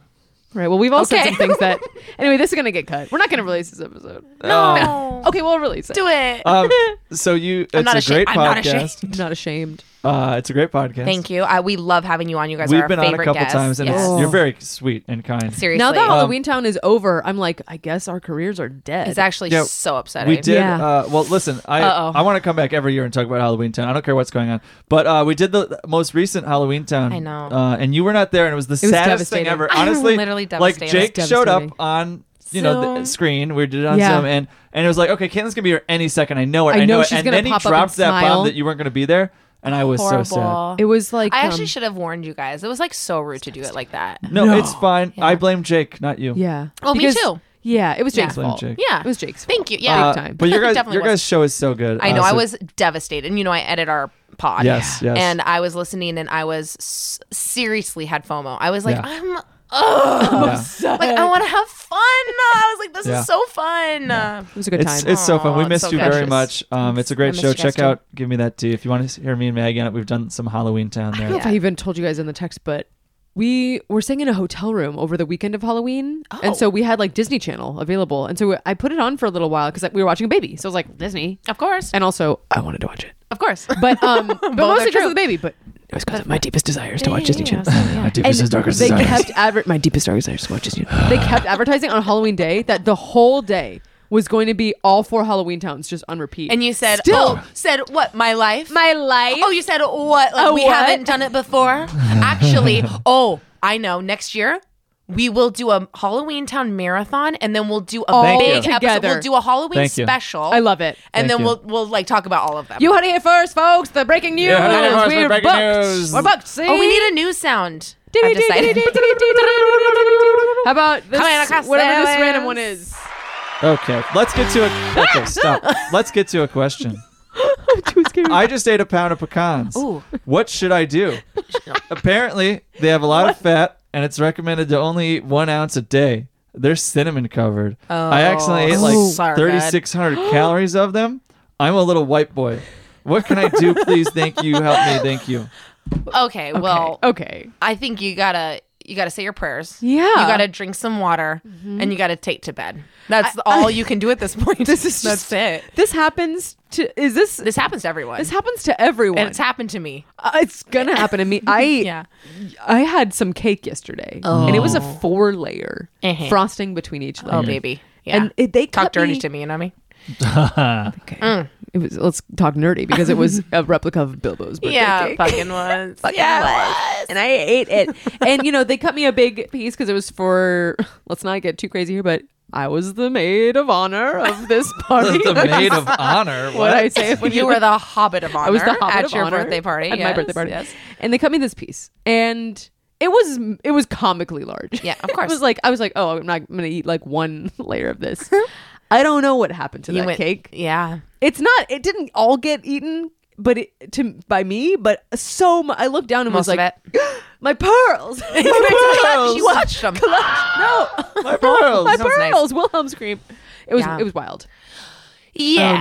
[SPEAKER 3] Right. Well, we've all said
[SPEAKER 2] Okay.
[SPEAKER 3] some things that. Anyway, this is gonna get cut. We're not gonna release this episode.
[SPEAKER 1] No.
[SPEAKER 2] Oh,
[SPEAKER 3] Okay, we'll release it.
[SPEAKER 2] do it.
[SPEAKER 1] Um, so you, it's
[SPEAKER 2] not
[SPEAKER 1] a
[SPEAKER 2] ashamed-
[SPEAKER 1] great
[SPEAKER 2] I'm not
[SPEAKER 1] podcast.
[SPEAKER 2] ashamed.
[SPEAKER 3] I'm not ashamed.
[SPEAKER 1] Uh, it's a great podcast.
[SPEAKER 2] Thank you. I, we love having you on. You guys are
[SPEAKER 1] We've
[SPEAKER 2] our
[SPEAKER 1] been on
[SPEAKER 2] favorite
[SPEAKER 1] a couple
[SPEAKER 2] guests.
[SPEAKER 1] times, and
[SPEAKER 2] yes.
[SPEAKER 1] it's, you're very sweet and kind.
[SPEAKER 2] Seriously.
[SPEAKER 3] Now
[SPEAKER 1] Um,
[SPEAKER 3] that Halloween Town is over, I'm like, I guess our careers are dead.
[SPEAKER 2] it's actually
[SPEAKER 1] Yeah,
[SPEAKER 2] so upsetting.
[SPEAKER 1] We did.
[SPEAKER 3] Yeah.
[SPEAKER 1] Uh, well, listen, I
[SPEAKER 3] Uh-oh.
[SPEAKER 1] I want to come back every year and talk about Halloween Town. I don't care what's going on, but uh, we did the most recent Halloween Town.
[SPEAKER 2] I know.
[SPEAKER 1] uh, and you were not there, and it was the
[SPEAKER 3] was
[SPEAKER 1] saddest thing
[SPEAKER 3] devastating.
[SPEAKER 1] ever.
[SPEAKER 2] I was
[SPEAKER 1] Honestly,
[SPEAKER 2] literally
[SPEAKER 1] like
[SPEAKER 2] devastated.
[SPEAKER 1] Jake
[SPEAKER 3] It was
[SPEAKER 1] showed up
[SPEAKER 3] devastating.
[SPEAKER 1] on you know the
[SPEAKER 3] Zoom.
[SPEAKER 1] screen. We did it on
[SPEAKER 3] Yeah.
[SPEAKER 1] Zoom, and and it was like, okay, Caitlin's gonna be here any second. I know it.
[SPEAKER 3] I know
[SPEAKER 1] it.
[SPEAKER 3] she's
[SPEAKER 1] And
[SPEAKER 3] gonna
[SPEAKER 1] then he
[SPEAKER 3] pop up and
[SPEAKER 1] dropped that
[SPEAKER 3] smile.
[SPEAKER 1] bomb that you weren't gonna be there, and I was
[SPEAKER 2] Horrible.
[SPEAKER 1] so sad.
[SPEAKER 3] It was like
[SPEAKER 2] I actually
[SPEAKER 3] um,
[SPEAKER 2] should have warned you guys. It was like so rude to do it like that.
[SPEAKER 1] No, it's fine. I blame Jake, not you.
[SPEAKER 3] Yeah.
[SPEAKER 2] Oh, me
[SPEAKER 3] Because-
[SPEAKER 2] too.
[SPEAKER 3] Yeah, it was
[SPEAKER 2] Yeah.
[SPEAKER 3] Jake's
[SPEAKER 1] Blame
[SPEAKER 3] fault.
[SPEAKER 1] Jake.
[SPEAKER 2] Yeah.
[SPEAKER 3] It was Jake's fault.
[SPEAKER 2] Thank you. Yeah.
[SPEAKER 1] Uh,
[SPEAKER 3] time.
[SPEAKER 1] but your guys,
[SPEAKER 2] Definitely
[SPEAKER 1] your
[SPEAKER 2] was.
[SPEAKER 1] guys' show is so good.
[SPEAKER 2] I know. I
[SPEAKER 1] honestly.
[SPEAKER 2] was devastated. And, you know, I edit our pod.
[SPEAKER 1] Yes, yes.
[SPEAKER 2] And I was listening and I was s- seriously had FOMO. I was like,
[SPEAKER 1] Yeah.
[SPEAKER 2] I'm, ugh. Like, I want to have fun. I was like, this
[SPEAKER 1] Yeah
[SPEAKER 2] is so fun.
[SPEAKER 3] It was a good
[SPEAKER 1] it's,
[SPEAKER 3] time.
[SPEAKER 1] It's so fun.
[SPEAKER 2] Aw,
[SPEAKER 1] We
[SPEAKER 2] it's
[SPEAKER 1] missed
[SPEAKER 2] so
[SPEAKER 1] you very
[SPEAKER 2] precious.
[SPEAKER 1] much. Um, it's a great
[SPEAKER 2] I
[SPEAKER 1] show.
[SPEAKER 2] missed you guys
[SPEAKER 1] Check out Give Me That Tea if you want to hear me and Maggie on it. We've done some Halloween Town
[SPEAKER 3] I don't
[SPEAKER 1] there.
[SPEAKER 3] know if I even told you guys in the text, but we were staying in a hotel room over the weekend of Halloween, and so we had like Disney Channel available, and so I put it on for a little while because like, we were watching a baby, so I was like Disney,
[SPEAKER 2] Of course.
[SPEAKER 3] and also I wanted to watch it,
[SPEAKER 2] Of course.
[SPEAKER 3] but um, but mostly because
[SPEAKER 2] true.
[SPEAKER 3] of the baby, but it was because of my deepest desires to watch Disney Channel.
[SPEAKER 1] My
[SPEAKER 3] And
[SPEAKER 1] deepest and darkest
[SPEAKER 3] they
[SPEAKER 1] desires.
[SPEAKER 3] kept adver- my deepest darkest desires to watch Disney. Channel. they kept advertising on Halloween Day that the whole day was going to be all four Halloween towns just on repeat.
[SPEAKER 2] And you said,
[SPEAKER 3] Still.
[SPEAKER 2] oh, said what? My life?
[SPEAKER 3] my life.
[SPEAKER 2] Oh, you said what? Like,
[SPEAKER 3] Oh,
[SPEAKER 2] we
[SPEAKER 3] what?
[SPEAKER 2] haven't done it before. Actually, oh, I know. Next year, we will do a Halloween Town marathon, and then we'll do a
[SPEAKER 3] Thank
[SPEAKER 2] big
[SPEAKER 3] you.
[SPEAKER 2] episode.
[SPEAKER 3] together.
[SPEAKER 2] We'll do a Halloween
[SPEAKER 1] Thank you.
[SPEAKER 2] special.
[SPEAKER 3] I love it.
[SPEAKER 1] Thank
[SPEAKER 2] And then
[SPEAKER 1] you.
[SPEAKER 2] we'll we'll like talk about all of them.
[SPEAKER 3] You heard it here first, folks. The breaking news.
[SPEAKER 1] heard it here first, the
[SPEAKER 3] We're
[SPEAKER 1] breaking
[SPEAKER 3] booked.
[SPEAKER 1] news.
[SPEAKER 3] We're booked. See?
[SPEAKER 2] oh, we need a new sound. I've decided.
[SPEAKER 3] How about this,
[SPEAKER 2] Coming across
[SPEAKER 3] whatever this
[SPEAKER 2] the
[SPEAKER 3] random
[SPEAKER 2] waves.
[SPEAKER 3] one is?
[SPEAKER 1] okay, let's get to a. Okay, stop. Let's get to a question. I just ate a pound of pecans.
[SPEAKER 2] Ooh.
[SPEAKER 1] What should I do? Apparently, they have a lot of fat, and it's recommended to only eat one ounce a day. They're cinnamon covered. I accidentally ate
[SPEAKER 2] Oh,
[SPEAKER 1] like
[SPEAKER 2] sorry, bud.
[SPEAKER 1] 3,600 calories of them. I'm a little white boy. What can I do? Please, thank you. Help me. Thank you.
[SPEAKER 2] Okay, well,
[SPEAKER 3] Oh, okay.
[SPEAKER 2] I think you gotta you gotta say your prayers.
[SPEAKER 3] Yeah. Mm-hmm.
[SPEAKER 2] you gotta drink some water, and you gotta take to bed. That's all you can do at this point. This is
[SPEAKER 3] just-
[SPEAKER 2] that's it.
[SPEAKER 3] This happens to is this
[SPEAKER 2] This happens to everyone.
[SPEAKER 3] this happens to everyone.
[SPEAKER 2] and it's happened to me.
[SPEAKER 3] Uh, it's gonna happen to me. I
[SPEAKER 2] Yeah.
[SPEAKER 3] I had some cake yesterday, and it was a four layer
[SPEAKER 2] Mhm.
[SPEAKER 3] frosting between each layer.
[SPEAKER 2] Oh,
[SPEAKER 1] Mm-hmm.
[SPEAKER 2] baby. Yeah.
[SPEAKER 3] And it, they
[SPEAKER 2] Talk
[SPEAKER 3] cut
[SPEAKER 2] dirty
[SPEAKER 3] me-
[SPEAKER 2] to me, Mm. you know me?
[SPEAKER 3] Okay. It was let's talk nerdy because it was a replica of Bilbo's birthday cake.
[SPEAKER 2] fucking was.
[SPEAKER 3] and I ate it. and you know, they cut me a big piece because it was for. Let's not get too crazy here, but I was the maid of honor of this party.
[SPEAKER 1] the maid of honor.
[SPEAKER 3] what
[SPEAKER 1] What?
[SPEAKER 3] I say when
[SPEAKER 2] You were the hobbit of honor
[SPEAKER 3] I was the hobbit
[SPEAKER 2] at
[SPEAKER 3] of
[SPEAKER 2] your
[SPEAKER 3] honor
[SPEAKER 2] birthday party.
[SPEAKER 3] at my
[SPEAKER 2] yes,
[SPEAKER 3] birthday party.
[SPEAKER 2] Yes.
[SPEAKER 3] And they cut me this piece, and it was it was comically large.
[SPEAKER 2] Yeah, of course.
[SPEAKER 3] it was like I was like, oh, I'm not gonna eat like one layer of this. I don't know what happened to
[SPEAKER 2] You
[SPEAKER 3] that
[SPEAKER 2] went-
[SPEAKER 3] cake.
[SPEAKER 2] Yeah.
[SPEAKER 3] It's not. It didn't all get eaten, but it, to by me. But so much. I looked down and
[SPEAKER 2] Most
[SPEAKER 3] was
[SPEAKER 2] of
[SPEAKER 3] like,
[SPEAKER 2] it.
[SPEAKER 3] my pearls. My
[SPEAKER 2] Clutch,
[SPEAKER 3] pearls.
[SPEAKER 2] you clutched them.
[SPEAKER 3] No,
[SPEAKER 1] My pearls.
[SPEAKER 3] my
[SPEAKER 2] Sounds nice.
[SPEAKER 3] pearls. Wilhelm scream. It was
[SPEAKER 2] Yeah.
[SPEAKER 3] it was wild.
[SPEAKER 2] Yeah.
[SPEAKER 3] Oh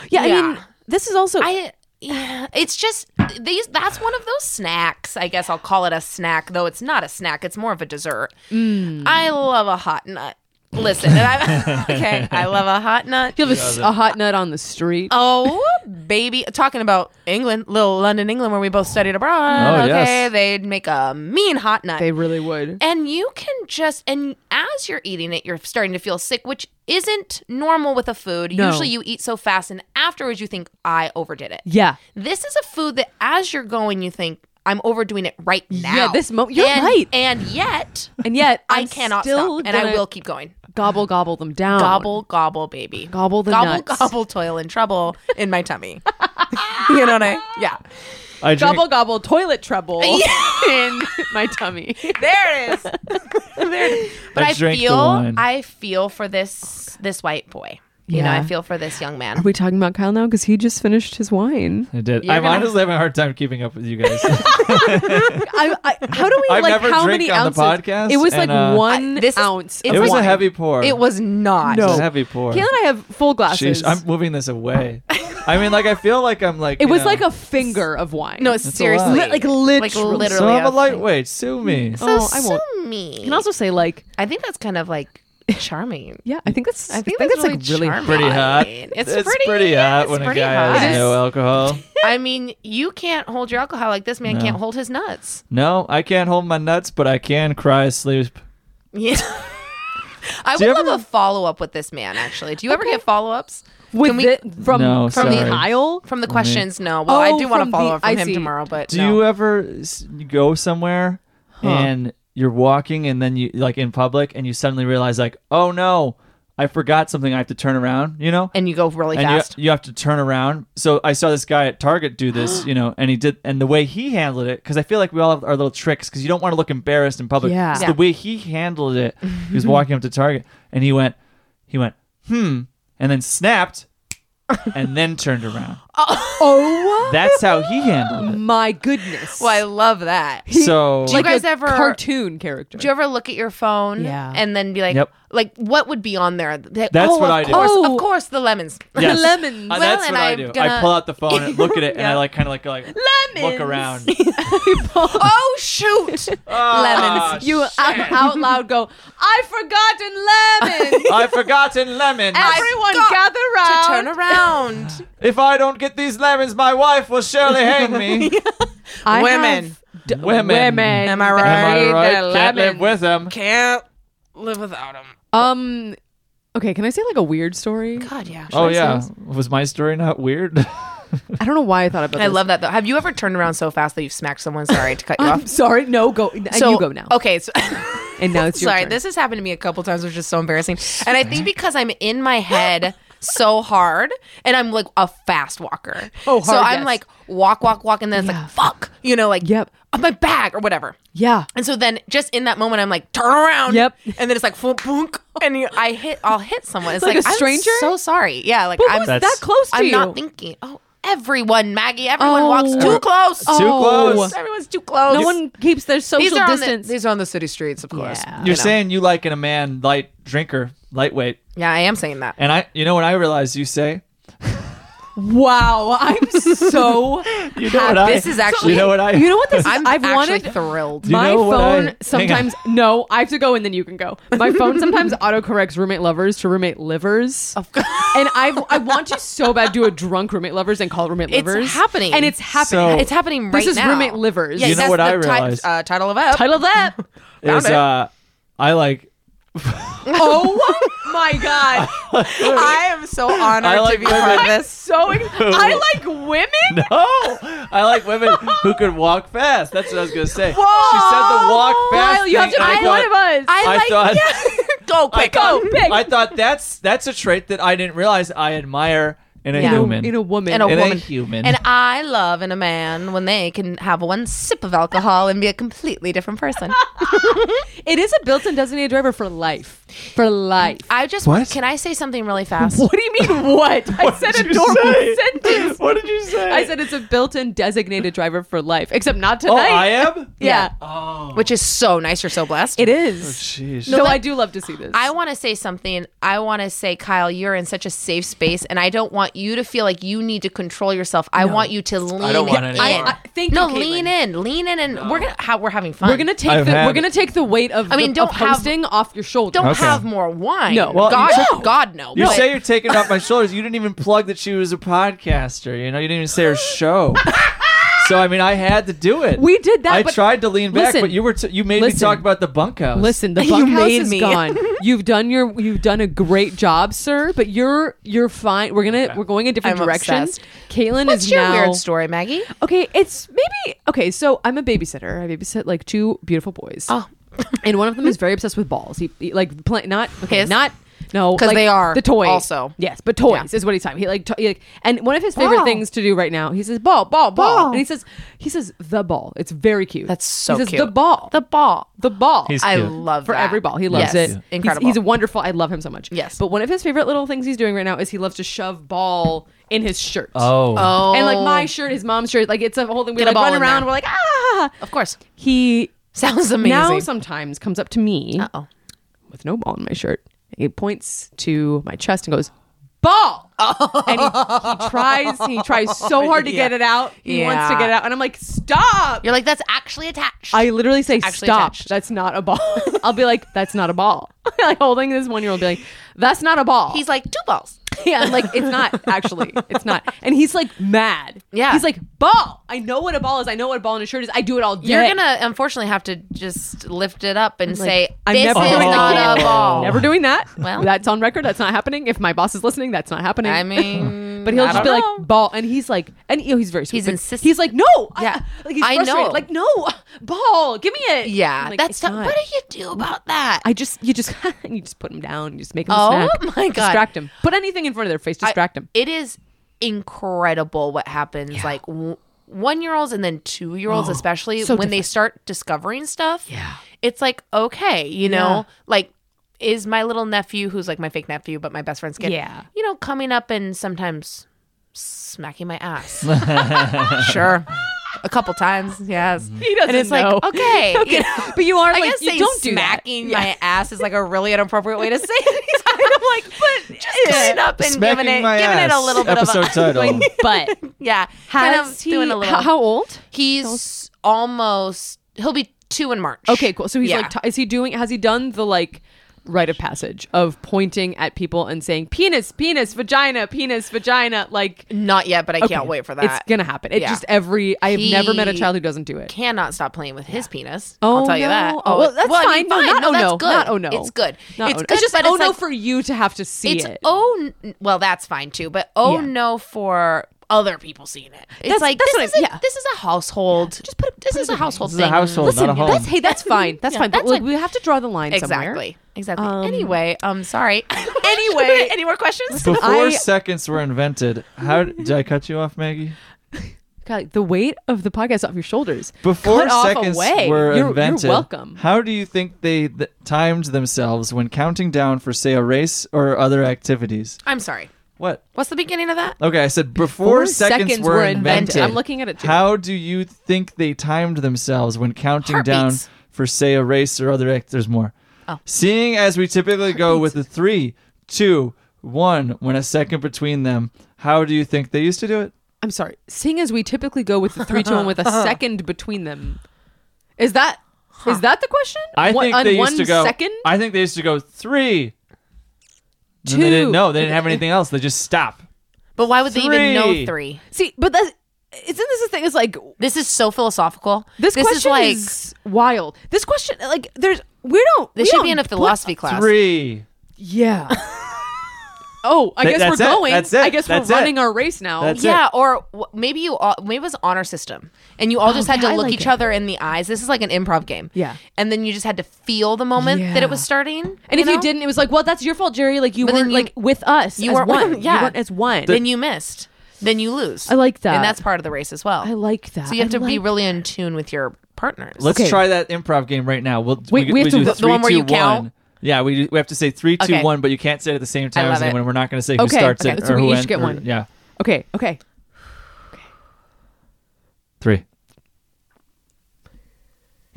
[SPEAKER 3] no. Yeah, I mean,
[SPEAKER 2] Yeah.
[SPEAKER 3] this is also
[SPEAKER 2] I. Yeah, it's just these. That's one of those snacks. I guess I'll call it a snack, though it's not a snack. It's more of a dessert.
[SPEAKER 3] Mm.
[SPEAKER 2] I love a hot nut. Listen, and I, okay, I love a hot nut.
[SPEAKER 3] you have a s- a, hot nut on the street.
[SPEAKER 2] Oh, baby. Talking about England, little London, England, where we both studied abroad.
[SPEAKER 1] Oh, yes.
[SPEAKER 2] okay. They'd make a mean hot nut.
[SPEAKER 3] they really would.
[SPEAKER 2] and you can just, and as you're eating it, you're starting to feel sick, which isn't normal with a food.
[SPEAKER 3] No.
[SPEAKER 2] Usually you eat so fast, and afterwards you think, I overdid it.
[SPEAKER 3] Yeah.
[SPEAKER 2] This is a food that as you're going, you think, I'm overdoing it right now.
[SPEAKER 3] Yeah, this mo- you're
[SPEAKER 2] And-
[SPEAKER 3] right.
[SPEAKER 2] And yet,
[SPEAKER 3] And yet
[SPEAKER 2] I
[SPEAKER 3] I'm
[SPEAKER 2] cannot
[SPEAKER 3] still
[SPEAKER 2] stop, and I
[SPEAKER 3] gonna
[SPEAKER 2] will keep going.
[SPEAKER 3] gobble gobble them down.
[SPEAKER 2] Gobble, gobble, baby.
[SPEAKER 3] Gobble the
[SPEAKER 2] gobble,
[SPEAKER 3] nuts.
[SPEAKER 2] gobble, toil and trouble in my tummy. you know what I? Yeah,
[SPEAKER 1] I drink,
[SPEAKER 3] Gobble gobble toilet trouble in my tummy.
[SPEAKER 2] there it is. there it is. But
[SPEAKER 1] I
[SPEAKER 2] I,
[SPEAKER 1] drank the
[SPEAKER 2] feel,
[SPEAKER 1] wine.
[SPEAKER 2] I feel for this this white boy. You know,
[SPEAKER 3] Yeah.
[SPEAKER 2] I feel for this young man.
[SPEAKER 3] Are we talking about Kyle now? Because he just finished his wine.
[SPEAKER 1] I did.
[SPEAKER 2] You're
[SPEAKER 1] I'm
[SPEAKER 2] gonna-
[SPEAKER 1] honestly having a hard time keeping up with you guys.
[SPEAKER 3] I, I, how do we
[SPEAKER 1] I've
[SPEAKER 3] like
[SPEAKER 1] never
[SPEAKER 3] how
[SPEAKER 1] drank
[SPEAKER 3] many
[SPEAKER 1] on the
[SPEAKER 3] ounces?
[SPEAKER 1] podcast,
[SPEAKER 3] it was
[SPEAKER 1] and,
[SPEAKER 3] like
[SPEAKER 1] uh,
[SPEAKER 3] one
[SPEAKER 2] I- this is-
[SPEAKER 3] ounce.
[SPEAKER 2] it
[SPEAKER 3] of
[SPEAKER 1] it was
[SPEAKER 3] wine.
[SPEAKER 1] a heavy pour.
[SPEAKER 2] it was not.
[SPEAKER 1] It was
[SPEAKER 3] No.
[SPEAKER 1] a heavy pour.
[SPEAKER 3] Kayla and I have full glasses.
[SPEAKER 1] Sheesh, I'm moving this away. I mean, like I feel like I'm like
[SPEAKER 3] it
[SPEAKER 1] you
[SPEAKER 3] was
[SPEAKER 1] know,
[SPEAKER 3] like a finger of wine.
[SPEAKER 2] No,
[SPEAKER 1] lot.
[SPEAKER 2] seriously,
[SPEAKER 1] Li-
[SPEAKER 3] like literally.
[SPEAKER 2] literally.
[SPEAKER 1] So I'm a
[SPEAKER 2] a thing.
[SPEAKER 1] lightweight. Sue me.
[SPEAKER 2] So
[SPEAKER 3] Oh, I won't.
[SPEAKER 2] sue me.
[SPEAKER 3] You can also say like,
[SPEAKER 2] I think that's kind of like charming.
[SPEAKER 3] yeah, I think that's.
[SPEAKER 2] I think that's,
[SPEAKER 3] like really.
[SPEAKER 2] charming.
[SPEAKER 1] Pretty hot.
[SPEAKER 2] It's,
[SPEAKER 1] It's
[SPEAKER 2] pretty,
[SPEAKER 1] pretty hot
[SPEAKER 2] it's
[SPEAKER 1] when
[SPEAKER 2] pretty
[SPEAKER 1] a guy
[SPEAKER 2] hot.
[SPEAKER 1] has no alcohol.
[SPEAKER 2] I mean, you can't hold your alcohol like this man
[SPEAKER 1] No.
[SPEAKER 2] can't hold his nuts.
[SPEAKER 1] No, I can't hold my nuts, but I can cry sleep.
[SPEAKER 2] Yeah. I
[SPEAKER 1] Do
[SPEAKER 2] would
[SPEAKER 1] you
[SPEAKER 2] love
[SPEAKER 1] ever-
[SPEAKER 2] a follow up with this man. Actually, do you ever get follow ups?
[SPEAKER 3] With
[SPEAKER 2] Can we-
[SPEAKER 3] the- from
[SPEAKER 1] No,
[SPEAKER 3] from
[SPEAKER 1] sorry.
[SPEAKER 3] the aisle.
[SPEAKER 2] From the questions, no. Well, I
[SPEAKER 3] Oh,
[SPEAKER 2] do want
[SPEAKER 3] from
[SPEAKER 2] to follow
[SPEAKER 3] the-
[SPEAKER 2] up from
[SPEAKER 3] I
[SPEAKER 2] him
[SPEAKER 3] see.
[SPEAKER 2] tomorrow, but
[SPEAKER 1] Do
[SPEAKER 2] no.
[SPEAKER 1] you ever s- go somewhere and you're walking and then you like in public and you suddenly realize like, oh no, I forgot something. I have to turn around. You
[SPEAKER 3] uh,
[SPEAKER 1] know.
[SPEAKER 2] and you go really
[SPEAKER 1] and
[SPEAKER 2] fast.
[SPEAKER 1] you, you have to turn around. So I saw this guy at Target do this, you know, and he did, and the way he handled it, because I feel like we all have our little tricks, because you don't want to look embarrassed in public.
[SPEAKER 3] Yeah.
[SPEAKER 1] So
[SPEAKER 2] Yeah.
[SPEAKER 1] the way he handled it, he was walking up to Target, and he went, he went, hmm, and then snapped, and then turned around.
[SPEAKER 3] Oh
[SPEAKER 1] That's how he handled
[SPEAKER 3] my goodness!
[SPEAKER 2] well, I love that.
[SPEAKER 1] it. So
[SPEAKER 2] Do you guys
[SPEAKER 3] a
[SPEAKER 2] ever-
[SPEAKER 3] cartoon character?
[SPEAKER 2] Do you ever look at your phone
[SPEAKER 3] Yeah.
[SPEAKER 2] and then be like,
[SPEAKER 1] Yep.
[SPEAKER 2] like what would be on there? That's
[SPEAKER 1] That's
[SPEAKER 2] oh,
[SPEAKER 1] what
[SPEAKER 2] of
[SPEAKER 1] I do.
[SPEAKER 2] course,
[SPEAKER 3] Oh.
[SPEAKER 2] of course, the lemons.
[SPEAKER 1] Yes.
[SPEAKER 3] lemons.
[SPEAKER 1] Uh,
[SPEAKER 2] Well,
[SPEAKER 1] that's
[SPEAKER 2] and
[SPEAKER 1] what I
[SPEAKER 2] I'm
[SPEAKER 1] do. I
[SPEAKER 2] gonna-
[SPEAKER 1] pull out the phone, and look at it, and I like kind of like like look around.
[SPEAKER 2] oh shoot!
[SPEAKER 1] Ah,
[SPEAKER 2] Lemons.
[SPEAKER 3] you out, out loud go, I've forgotten lemon.
[SPEAKER 1] I've forgotten lemon.
[SPEAKER 3] Everyone
[SPEAKER 2] got
[SPEAKER 3] gather
[SPEAKER 2] to
[SPEAKER 3] round.
[SPEAKER 2] turn around.
[SPEAKER 1] If I don't get these lemons, my wife will surely hang me.
[SPEAKER 3] I
[SPEAKER 6] Women.
[SPEAKER 3] have d-
[SPEAKER 1] Women.
[SPEAKER 3] women.
[SPEAKER 6] Am I right?
[SPEAKER 1] Am I right? Can't
[SPEAKER 6] The
[SPEAKER 1] live
[SPEAKER 6] lemon.
[SPEAKER 1] with them.
[SPEAKER 6] Can't live without him.
[SPEAKER 3] Um. Okay, can I say like a weird story?
[SPEAKER 2] God, yeah.
[SPEAKER 1] Oh yeah, was my story not weird?
[SPEAKER 3] I don't know why I thought about.
[SPEAKER 2] I
[SPEAKER 3] this.
[SPEAKER 2] love that though. Have you ever turned around so fast that you've smacked someone? Sorry to cut you
[SPEAKER 3] I'm
[SPEAKER 2] off.
[SPEAKER 3] sorry. No, go. and
[SPEAKER 2] So
[SPEAKER 3] you go now.
[SPEAKER 2] Okay, so
[SPEAKER 3] And now it's your
[SPEAKER 2] sorry.
[SPEAKER 3] turn.
[SPEAKER 2] This has happened to me a couple times, which is so embarrassing. And I think because I'm in my head so hard, and I'm like a fast walker.
[SPEAKER 3] Oh,
[SPEAKER 2] so
[SPEAKER 3] hard,
[SPEAKER 2] I'm
[SPEAKER 3] yes.
[SPEAKER 2] like walk, walk, walk, and then it's
[SPEAKER 3] Yeah.
[SPEAKER 2] like fuck, you know, like
[SPEAKER 3] Yep.
[SPEAKER 2] on my bag or whatever.
[SPEAKER 3] Yeah.
[SPEAKER 2] And so then, just in that moment, I'm like, turn around.
[SPEAKER 3] Yep.
[SPEAKER 2] And then it's like, boonk, boonk, and you, I hit, I'll hit someone. It's
[SPEAKER 3] Like
[SPEAKER 2] like,
[SPEAKER 3] a stranger?
[SPEAKER 2] I'm so sorry. Yeah, like
[SPEAKER 3] But
[SPEAKER 2] I'm
[SPEAKER 3] who's
[SPEAKER 1] That's-
[SPEAKER 3] that close to
[SPEAKER 2] I'm
[SPEAKER 3] you?
[SPEAKER 2] not thinking. Oh, everyone, Maggie. Everyone walks
[SPEAKER 3] Oh.
[SPEAKER 2] too close.
[SPEAKER 1] Too
[SPEAKER 3] Oh.
[SPEAKER 1] close.
[SPEAKER 2] Everyone's too close.
[SPEAKER 3] no one keeps their
[SPEAKER 2] These
[SPEAKER 3] social
[SPEAKER 2] are on
[SPEAKER 3] distance.
[SPEAKER 2] the, these are on the city streets, of course.
[SPEAKER 3] Yeah.
[SPEAKER 2] You
[SPEAKER 1] You're
[SPEAKER 2] know.
[SPEAKER 1] saying you liking a man light drinker, lightweight,
[SPEAKER 2] Yeah, I am saying that.
[SPEAKER 1] and I, you know what I realized you say.
[SPEAKER 3] wow, I'm so.
[SPEAKER 1] You know what I.
[SPEAKER 2] This is actually.
[SPEAKER 1] You know what I.
[SPEAKER 3] you know what this?
[SPEAKER 2] I'm
[SPEAKER 3] is? I've
[SPEAKER 2] actually
[SPEAKER 3] wanted
[SPEAKER 2] thrilled.
[SPEAKER 1] You
[SPEAKER 3] my
[SPEAKER 1] know what I-
[SPEAKER 3] phone
[SPEAKER 1] hang on.
[SPEAKER 3] sometimes no i have to go and then you can go my phone sometimes autocorrects roommate lovers to roommate livers of
[SPEAKER 2] course.
[SPEAKER 3] and i i want you so bad to do a drunk roommate lovers and call it roommate
[SPEAKER 2] It's
[SPEAKER 3] livers
[SPEAKER 2] happening.
[SPEAKER 3] and it's happening
[SPEAKER 1] So-
[SPEAKER 2] it's happening right
[SPEAKER 3] This is
[SPEAKER 2] now.
[SPEAKER 3] roommate livers.
[SPEAKER 2] Yeah,
[SPEAKER 1] You know
[SPEAKER 2] that's
[SPEAKER 1] what
[SPEAKER 2] the
[SPEAKER 1] I
[SPEAKER 2] tit-
[SPEAKER 1] realized?
[SPEAKER 2] uh, title of it.
[SPEAKER 3] title that
[SPEAKER 1] is
[SPEAKER 2] it.
[SPEAKER 1] uh, I like.
[SPEAKER 3] oh my god
[SPEAKER 6] I am so honored
[SPEAKER 1] I like
[SPEAKER 6] to be part of
[SPEAKER 1] women.
[SPEAKER 6] this.
[SPEAKER 3] so ex- i like women
[SPEAKER 1] Oh. No, Oh, I like women who could walk fast. That's what I was gonna say. she said the walk fast.
[SPEAKER 3] Kyle, you have to
[SPEAKER 1] thing, and I
[SPEAKER 3] pick one
[SPEAKER 1] thought-
[SPEAKER 3] of us
[SPEAKER 2] I
[SPEAKER 1] I
[SPEAKER 2] like.
[SPEAKER 1] thought-
[SPEAKER 2] yeah. Go
[SPEAKER 1] I
[SPEAKER 2] quick.
[SPEAKER 1] thought-
[SPEAKER 3] Go, pick.
[SPEAKER 1] um, I thought that's that's a trait that I didn't realize I admire in a
[SPEAKER 2] Yeah.
[SPEAKER 1] human.
[SPEAKER 3] in a woman
[SPEAKER 2] And a
[SPEAKER 1] in a
[SPEAKER 2] woman.
[SPEAKER 1] human.
[SPEAKER 2] And I love in a man when they can have one sip of alcohol and be a completely different person.
[SPEAKER 3] it is a built-in designated driver for life for life
[SPEAKER 2] I just
[SPEAKER 1] What?
[SPEAKER 2] can I say something really fast?
[SPEAKER 3] what do you mean what i
[SPEAKER 1] What
[SPEAKER 3] said
[SPEAKER 1] did
[SPEAKER 3] a
[SPEAKER 1] you
[SPEAKER 3] normal
[SPEAKER 1] say?
[SPEAKER 3] sentence
[SPEAKER 1] What did you say?
[SPEAKER 3] I said it's a built-in designated driver for life, except not
[SPEAKER 1] Oh,
[SPEAKER 3] tonight.
[SPEAKER 1] I am. Oh,
[SPEAKER 3] yeah.
[SPEAKER 2] Which is so nice. You're so blessed.
[SPEAKER 3] it is.
[SPEAKER 1] Jeez.
[SPEAKER 3] so
[SPEAKER 2] like-
[SPEAKER 3] I do love to see this.
[SPEAKER 2] I want to say something. I want to say, Kyle, you're in such a safe space, and I don't want you to feel like you need to control yourself. I want you to lean.
[SPEAKER 1] don't want
[SPEAKER 2] in.
[SPEAKER 1] any more.
[SPEAKER 3] I- thank
[SPEAKER 2] no,
[SPEAKER 3] you, Caitlin.
[SPEAKER 2] lean in, lean in, and we're gonna how we're having fun.
[SPEAKER 3] we're gonna take
[SPEAKER 1] I've
[SPEAKER 3] the
[SPEAKER 1] had
[SPEAKER 3] we're gonna
[SPEAKER 1] it.
[SPEAKER 3] take the weight of
[SPEAKER 2] I mean,
[SPEAKER 3] the,
[SPEAKER 2] don't
[SPEAKER 3] of
[SPEAKER 2] have-
[SPEAKER 3] hosting off your shoulder.
[SPEAKER 2] don't
[SPEAKER 1] Okay.
[SPEAKER 2] have more wine.
[SPEAKER 3] No.
[SPEAKER 1] Well,
[SPEAKER 2] God,
[SPEAKER 1] you took-
[SPEAKER 2] God no.
[SPEAKER 1] You
[SPEAKER 2] But-
[SPEAKER 1] say you're taking it off my shoulders. You didn't even plug that she was a podcaster. You know, you didn't even say her show. so I mean, I had to do it.
[SPEAKER 3] We did that,
[SPEAKER 1] I
[SPEAKER 3] but-
[SPEAKER 1] tried to lean back,
[SPEAKER 3] Listen.
[SPEAKER 1] but you were t- you made
[SPEAKER 3] Listen.
[SPEAKER 1] me talk about the bunkhouse.
[SPEAKER 3] Listen, the
[SPEAKER 2] You
[SPEAKER 3] bunkhouse
[SPEAKER 2] made
[SPEAKER 3] is
[SPEAKER 2] me.
[SPEAKER 3] gone. You've done your you've done a great job, sir. But you're you're fine. We're gonna we're going a different
[SPEAKER 2] I'm
[SPEAKER 3] direction.
[SPEAKER 2] obsessed.
[SPEAKER 3] Caitlin
[SPEAKER 2] what's
[SPEAKER 3] is
[SPEAKER 2] your
[SPEAKER 3] now
[SPEAKER 2] weird story, Maggie?
[SPEAKER 3] Okay, it's maybe okay. So I'm a babysitter. I babysit like two beautiful boys.
[SPEAKER 2] Oh.
[SPEAKER 3] and one of them is very obsessed with balls. He, he, like play, not okay,
[SPEAKER 2] His?
[SPEAKER 3] not no
[SPEAKER 2] 'Cause
[SPEAKER 3] like,
[SPEAKER 2] they are
[SPEAKER 3] the toy
[SPEAKER 2] also.
[SPEAKER 3] yes, but toys is what he's talking. He like, to- he, like and one of his favorite things to do right now. He says ball, ball, ball,
[SPEAKER 2] Ball.
[SPEAKER 3] and he says he says the ball. It's very cute.
[SPEAKER 2] That's so
[SPEAKER 3] He says
[SPEAKER 2] cute.
[SPEAKER 3] the ball,
[SPEAKER 2] The ball.
[SPEAKER 3] the ball.
[SPEAKER 1] He's
[SPEAKER 2] I
[SPEAKER 1] cute.
[SPEAKER 2] love
[SPEAKER 3] for
[SPEAKER 2] that.
[SPEAKER 3] every ball. He loves
[SPEAKER 2] Yes.
[SPEAKER 3] it. He's-
[SPEAKER 2] Incredible.
[SPEAKER 3] He's, wonderful. I love him so much.
[SPEAKER 2] Yes.
[SPEAKER 3] But one of his favorite little things he's doing right now is he loves to shove ball in his shirt.
[SPEAKER 1] Oh.
[SPEAKER 2] oh,
[SPEAKER 3] And like my shirt, his mom's shirt, like it's a whole thing. We
[SPEAKER 2] Get a
[SPEAKER 3] like
[SPEAKER 2] ball
[SPEAKER 3] run
[SPEAKER 2] in
[SPEAKER 3] around.
[SPEAKER 2] there.
[SPEAKER 3] We're like ah.
[SPEAKER 2] Of course.
[SPEAKER 3] He
[SPEAKER 2] Sounds amazing.
[SPEAKER 3] now sometimes comes up to me
[SPEAKER 2] oh.
[SPEAKER 3] with no ball in my shirt. He points to my chest and goes, "Ball!"
[SPEAKER 2] Oh.
[SPEAKER 3] and he, he tries. He tries so hard to get it out. He wants to
[SPEAKER 2] Yeah.
[SPEAKER 3] get it out, and I'm like, "Stop!"
[SPEAKER 2] You're like, that's actually attached.
[SPEAKER 3] I literally say,
[SPEAKER 2] Actually
[SPEAKER 3] "Stop!
[SPEAKER 2] attached.
[SPEAKER 3] That's not a ball." I'll be like, "That's not a ball." like holding this one year old, be like, "That's not a ball."
[SPEAKER 2] He's like, two balls.
[SPEAKER 3] yeah, I'm like it's not actually. It's not. And he's like mad.
[SPEAKER 2] Yeah.
[SPEAKER 3] He's like, ball. I know what a ball is. I know what a ball and a shirt is. I do it all day.
[SPEAKER 2] You're gonna unfortunately have to just lift it up and
[SPEAKER 3] Like,
[SPEAKER 2] say,
[SPEAKER 3] I'm
[SPEAKER 2] "This
[SPEAKER 3] never
[SPEAKER 2] is
[SPEAKER 3] doing
[SPEAKER 2] not
[SPEAKER 3] that.
[SPEAKER 2] a ball."
[SPEAKER 3] Never doing that.
[SPEAKER 2] Well.
[SPEAKER 3] that's on record. That's not happening. If my boss is listening, that's not happening.
[SPEAKER 2] I mean,
[SPEAKER 3] but he'll
[SPEAKER 2] I
[SPEAKER 3] just
[SPEAKER 2] don't
[SPEAKER 3] be
[SPEAKER 2] know.
[SPEAKER 3] like ball, and he's like, and you know, he's very sweet.
[SPEAKER 2] He's
[SPEAKER 3] but
[SPEAKER 2] insist-
[SPEAKER 3] He's like, no,
[SPEAKER 2] Yeah.
[SPEAKER 3] I, like he's
[SPEAKER 2] I
[SPEAKER 3] frustrated.
[SPEAKER 2] know.
[SPEAKER 3] Like no, ball, give me it.
[SPEAKER 2] "Yeah,
[SPEAKER 3] I'm like,
[SPEAKER 2] that's
[SPEAKER 3] it's
[SPEAKER 2] not,
[SPEAKER 3] not.
[SPEAKER 2] what do you do about that?"
[SPEAKER 3] I just you just you just put him down. You just make him
[SPEAKER 2] Oh
[SPEAKER 3] snack.
[SPEAKER 2] my God.
[SPEAKER 3] Distract him. Put anything in front of their face. Distract
[SPEAKER 2] I-
[SPEAKER 3] him.
[SPEAKER 2] It is incredible what happens. Like w- one year olds and then two year olds, especially
[SPEAKER 3] Oh, so
[SPEAKER 2] when they start discovering stuff.
[SPEAKER 3] Yeah.
[SPEAKER 2] It's like, okay, you know, like is my little nephew, who's like my fake nephew, but my best friend's kid,
[SPEAKER 3] Yeah.
[SPEAKER 2] you know, coming up and sometimes smacking my ass.
[SPEAKER 6] Sure.
[SPEAKER 2] A couple times, yes.
[SPEAKER 3] He doesn't
[SPEAKER 2] And it's
[SPEAKER 3] know.
[SPEAKER 2] like, okay. you know?
[SPEAKER 3] but you are
[SPEAKER 2] I
[SPEAKER 3] like
[SPEAKER 2] guess
[SPEAKER 3] you
[SPEAKER 2] saying
[SPEAKER 3] don't do that.
[SPEAKER 2] smacking my ass is like a really inappropriate way to say it. I'm like, but just
[SPEAKER 3] eh.
[SPEAKER 2] coming up and
[SPEAKER 1] Smacking
[SPEAKER 2] giving it,
[SPEAKER 1] my
[SPEAKER 2] giving it a
[SPEAKER 1] ass.
[SPEAKER 2] little bit
[SPEAKER 1] Episode
[SPEAKER 2] of a
[SPEAKER 1] title.
[SPEAKER 3] But
[SPEAKER 2] yeah, kind
[SPEAKER 3] has
[SPEAKER 2] of
[SPEAKER 3] he,
[SPEAKER 2] doing a little.
[SPEAKER 3] How, how old?
[SPEAKER 2] he's almost he'll be two in March.
[SPEAKER 3] Okay, cool. So he's
[SPEAKER 2] Yeah.
[SPEAKER 3] like, t- is he doing? Has he done the like rite of passage of pointing at people and saying penis, penis, vagina, penis, vagina? Like,
[SPEAKER 2] Not yet, but I
[SPEAKER 3] okay,
[SPEAKER 2] can't wait for
[SPEAKER 3] It's
[SPEAKER 2] that.
[SPEAKER 3] gonna happen. It
[SPEAKER 2] Yeah.
[SPEAKER 3] just every. I have never met a
[SPEAKER 2] He-
[SPEAKER 3] child who doesn't do it.
[SPEAKER 2] Cannot stop playing with his penis.
[SPEAKER 3] Oh,
[SPEAKER 2] I'll tell you
[SPEAKER 3] no.
[SPEAKER 2] that.
[SPEAKER 3] Oh, well, that's
[SPEAKER 2] I mean,
[SPEAKER 3] fine. No, not oh,
[SPEAKER 2] that's
[SPEAKER 3] no.
[SPEAKER 2] good.
[SPEAKER 3] Not oh, no.
[SPEAKER 2] It's good.
[SPEAKER 3] Not
[SPEAKER 2] it's
[SPEAKER 3] oh-
[SPEAKER 2] good.
[SPEAKER 3] just
[SPEAKER 2] but
[SPEAKER 3] oh
[SPEAKER 2] it's
[SPEAKER 3] no
[SPEAKER 2] like,
[SPEAKER 3] for you to have to see
[SPEAKER 2] it's
[SPEAKER 3] it.
[SPEAKER 2] oh n- well, that's fine too. But oh
[SPEAKER 3] Yeah.
[SPEAKER 2] no for other people seeing it. It's
[SPEAKER 3] That's-
[SPEAKER 2] like
[SPEAKER 3] that's
[SPEAKER 2] this
[SPEAKER 3] what
[SPEAKER 2] is
[SPEAKER 3] I-
[SPEAKER 2] a,
[SPEAKER 3] yeah.
[SPEAKER 2] this is a household. Just put this is a household
[SPEAKER 1] This is
[SPEAKER 2] thing.
[SPEAKER 1] a household, not a
[SPEAKER 3] Listen,
[SPEAKER 1] home.
[SPEAKER 3] that's hey, that's fine. That's fine. But
[SPEAKER 2] that's
[SPEAKER 3] we-
[SPEAKER 2] fine.
[SPEAKER 3] we have to draw the line somewhere.
[SPEAKER 2] Exactly. Exactly.
[SPEAKER 3] Um,
[SPEAKER 2] anyway, um, sorry. anyway, any more questions?
[SPEAKER 1] Before
[SPEAKER 3] I-
[SPEAKER 1] seconds were invented, how did I cut you off, Maggie?
[SPEAKER 3] God, the weight of the podcast off your shoulders.
[SPEAKER 1] Before
[SPEAKER 3] Cut off
[SPEAKER 1] seconds
[SPEAKER 3] away.
[SPEAKER 1] were
[SPEAKER 3] You're- you're
[SPEAKER 1] invented,
[SPEAKER 3] welcome.
[SPEAKER 1] How do you think they th- timed themselves when counting down for, say, a race or other activities?
[SPEAKER 2] I'm sorry.
[SPEAKER 1] What?
[SPEAKER 2] What's the beginning of that?
[SPEAKER 1] Okay, I said before,
[SPEAKER 3] Before
[SPEAKER 1] seconds,
[SPEAKER 3] seconds
[SPEAKER 1] were,
[SPEAKER 3] were
[SPEAKER 1] invented.
[SPEAKER 3] invented. I'm looking at it, too.
[SPEAKER 1] How do you think they timed themselves when counting down
[SPEAKER 2] Heartbeats.
[SPEAKER 1] for, say, a race or other? Act- there's more.
[SPEAKER 3] Oh.
[SPEAKER 1] Seeing as we typically go with the three, two, one, when a second between them, how do you think they used to do it?
[SPEAKER 3] I'm sorry. Seeing as we typically go with the three to one with a second between them, is that is that the question?
[SPEAKER 1] I
[SPEAKER 3] One-
[SPEAKER 1] think
[SPEAKER 3] on
[SPEAKER 1] they used
[SPEAKER 3] one
[SPEAKER 1] to go.
[SPEAKER 3] second?
[SPEAKER 1] I think they used to go three. And they
[SPEAKER 3] Two.
[SPEAKER 1] didn't know. They didn't have anything else. They just stop.
[SPEAKER 2] But why would they even know
[SPEAKER 1] Three.
[SPEAKER 2] three?
[SPEAKER 3] See, but that's isn't this the thing? It's like
[SPEAKER 2] This is so philosophical.
[SPEAKER 3] this,
[SPEAKER 2] this
[SPEAKER 3] question
[SPEAKER 2] is like
[SPEAKER 3] wild. This question, like, there's we don't.
[SPEAKER 2] this
[SPEAKER 3] we
[SPEAKER 2] should
[SPEAKER 3] don't
[SPEAKER 2] be in a
[SPEAKER 3] put-
[SPEAKER 2] philosophy class.
[SPEAKER 1] Three.
[SPEAKER 3] Yeah. oh, I
[SPEAKER 1] Th-
[SPEAKER 3] guess we're
[SPEAKER 1] that's it.
[SPEAKER 3] going.
[SPEAKER 1] That's it.
[SPEAKER 3] I guess
[SPEAKER 1] That's
[SPEAKER 3] we're
[SPEAKER 1] it.
[SPEAKER 3] running our race now.
[SPEAKER 1] That's it.
[SPEAKER 2] Yeah, or w- maybe you all maybe it was honor system, and you all just had
[SPEAKER 3] Oh, yeah,
[SPEAKER 2] to
[SPEAKER 3] I
[SPEAKER 2] look
[SPEAKER 3] like
[SPEAKER 2] each
[SPEAKER 3] it.
[SPEAKER 2] other in the eyes. This is like an improv game.
[SPEAKER 3] Yeah.
[SPEAKER 2] and then you just had to feel the moment that
[SPEAKER 3] Yeah.
[SPEAKER 2] it was starting.
[SPEAKER 3] and if
[SPEAKER 2] know?
[SPEAKER 3] you didn't, it was like, well, that's your fault, Jerry. Like you
[SPEAKER 2] But then
[SPEAKER 3] weren't
[SPEAKER 2] you-
[SPEAKER 3] like with us.
[SPEAKER 2] you
[SPEAKER 3] as
[SPEAKER 2] weren't with-
[SPEAKER 3] one.
[SPEAKER 2] yeah.
[SPEAKER 3] You weren't as one.
[SPEAKER 2] then you missed. Then you lose.
[SPEAKER 3] I like that.
[SPEAKER 2] and that's part of the race as well.
[SPEAKER 3] I like that.
[SPEAKER 2] So you have to
[SPEAKER 3] I
[SPEAKER 2] be
[SPEAKER 3] like
[SPEAKER 2] really in tune with your partners.
[SPEAKER 1] Let's
[SPEAKER 3] Okay.
[SPEAKER 1] try that improv game right now. We'll,
[SPEAKER 3] Wait, we have to-
[SPEAKER 1] do
[SPEAKER 3] the-
[SPEAKER 2] the one where
[SPEAKER 1] three,
[SPEAKER 2] you
[SPEAKER 1] two,
[SPEAKER 2] count?
[SPEAKER 1] one. Yeah, we, do- we have to say three, two, one,
[SPEAKER 2] Okay.
[SPEAKER 1] but you can't say it at the same time
[SPEAKER 2] love
[SPEAKER 1] as
[SPEAKER 2] it.
[SPEAKER 1] anyone. We're not going to say who
[SPEAKER 3] Okay,
[SPEAKER 1] starts
[SPEAKER 3] okay.
[SPEAKER 1] it
[SPEAKER 3] So
[SPEAKER 1] or
[SPEAKER 3] we
[SPEAKER 1] who
[SPEAKER 3] each
[SPEAKER 1] en-
[SPEAKER 3] get
[SPEAKER 1] or-
[SPEAKER 3] one.
[SPEAKER 1] Yeah,
[SPEAKER 3] Okay. Okay.
[SPEAKER 1] three.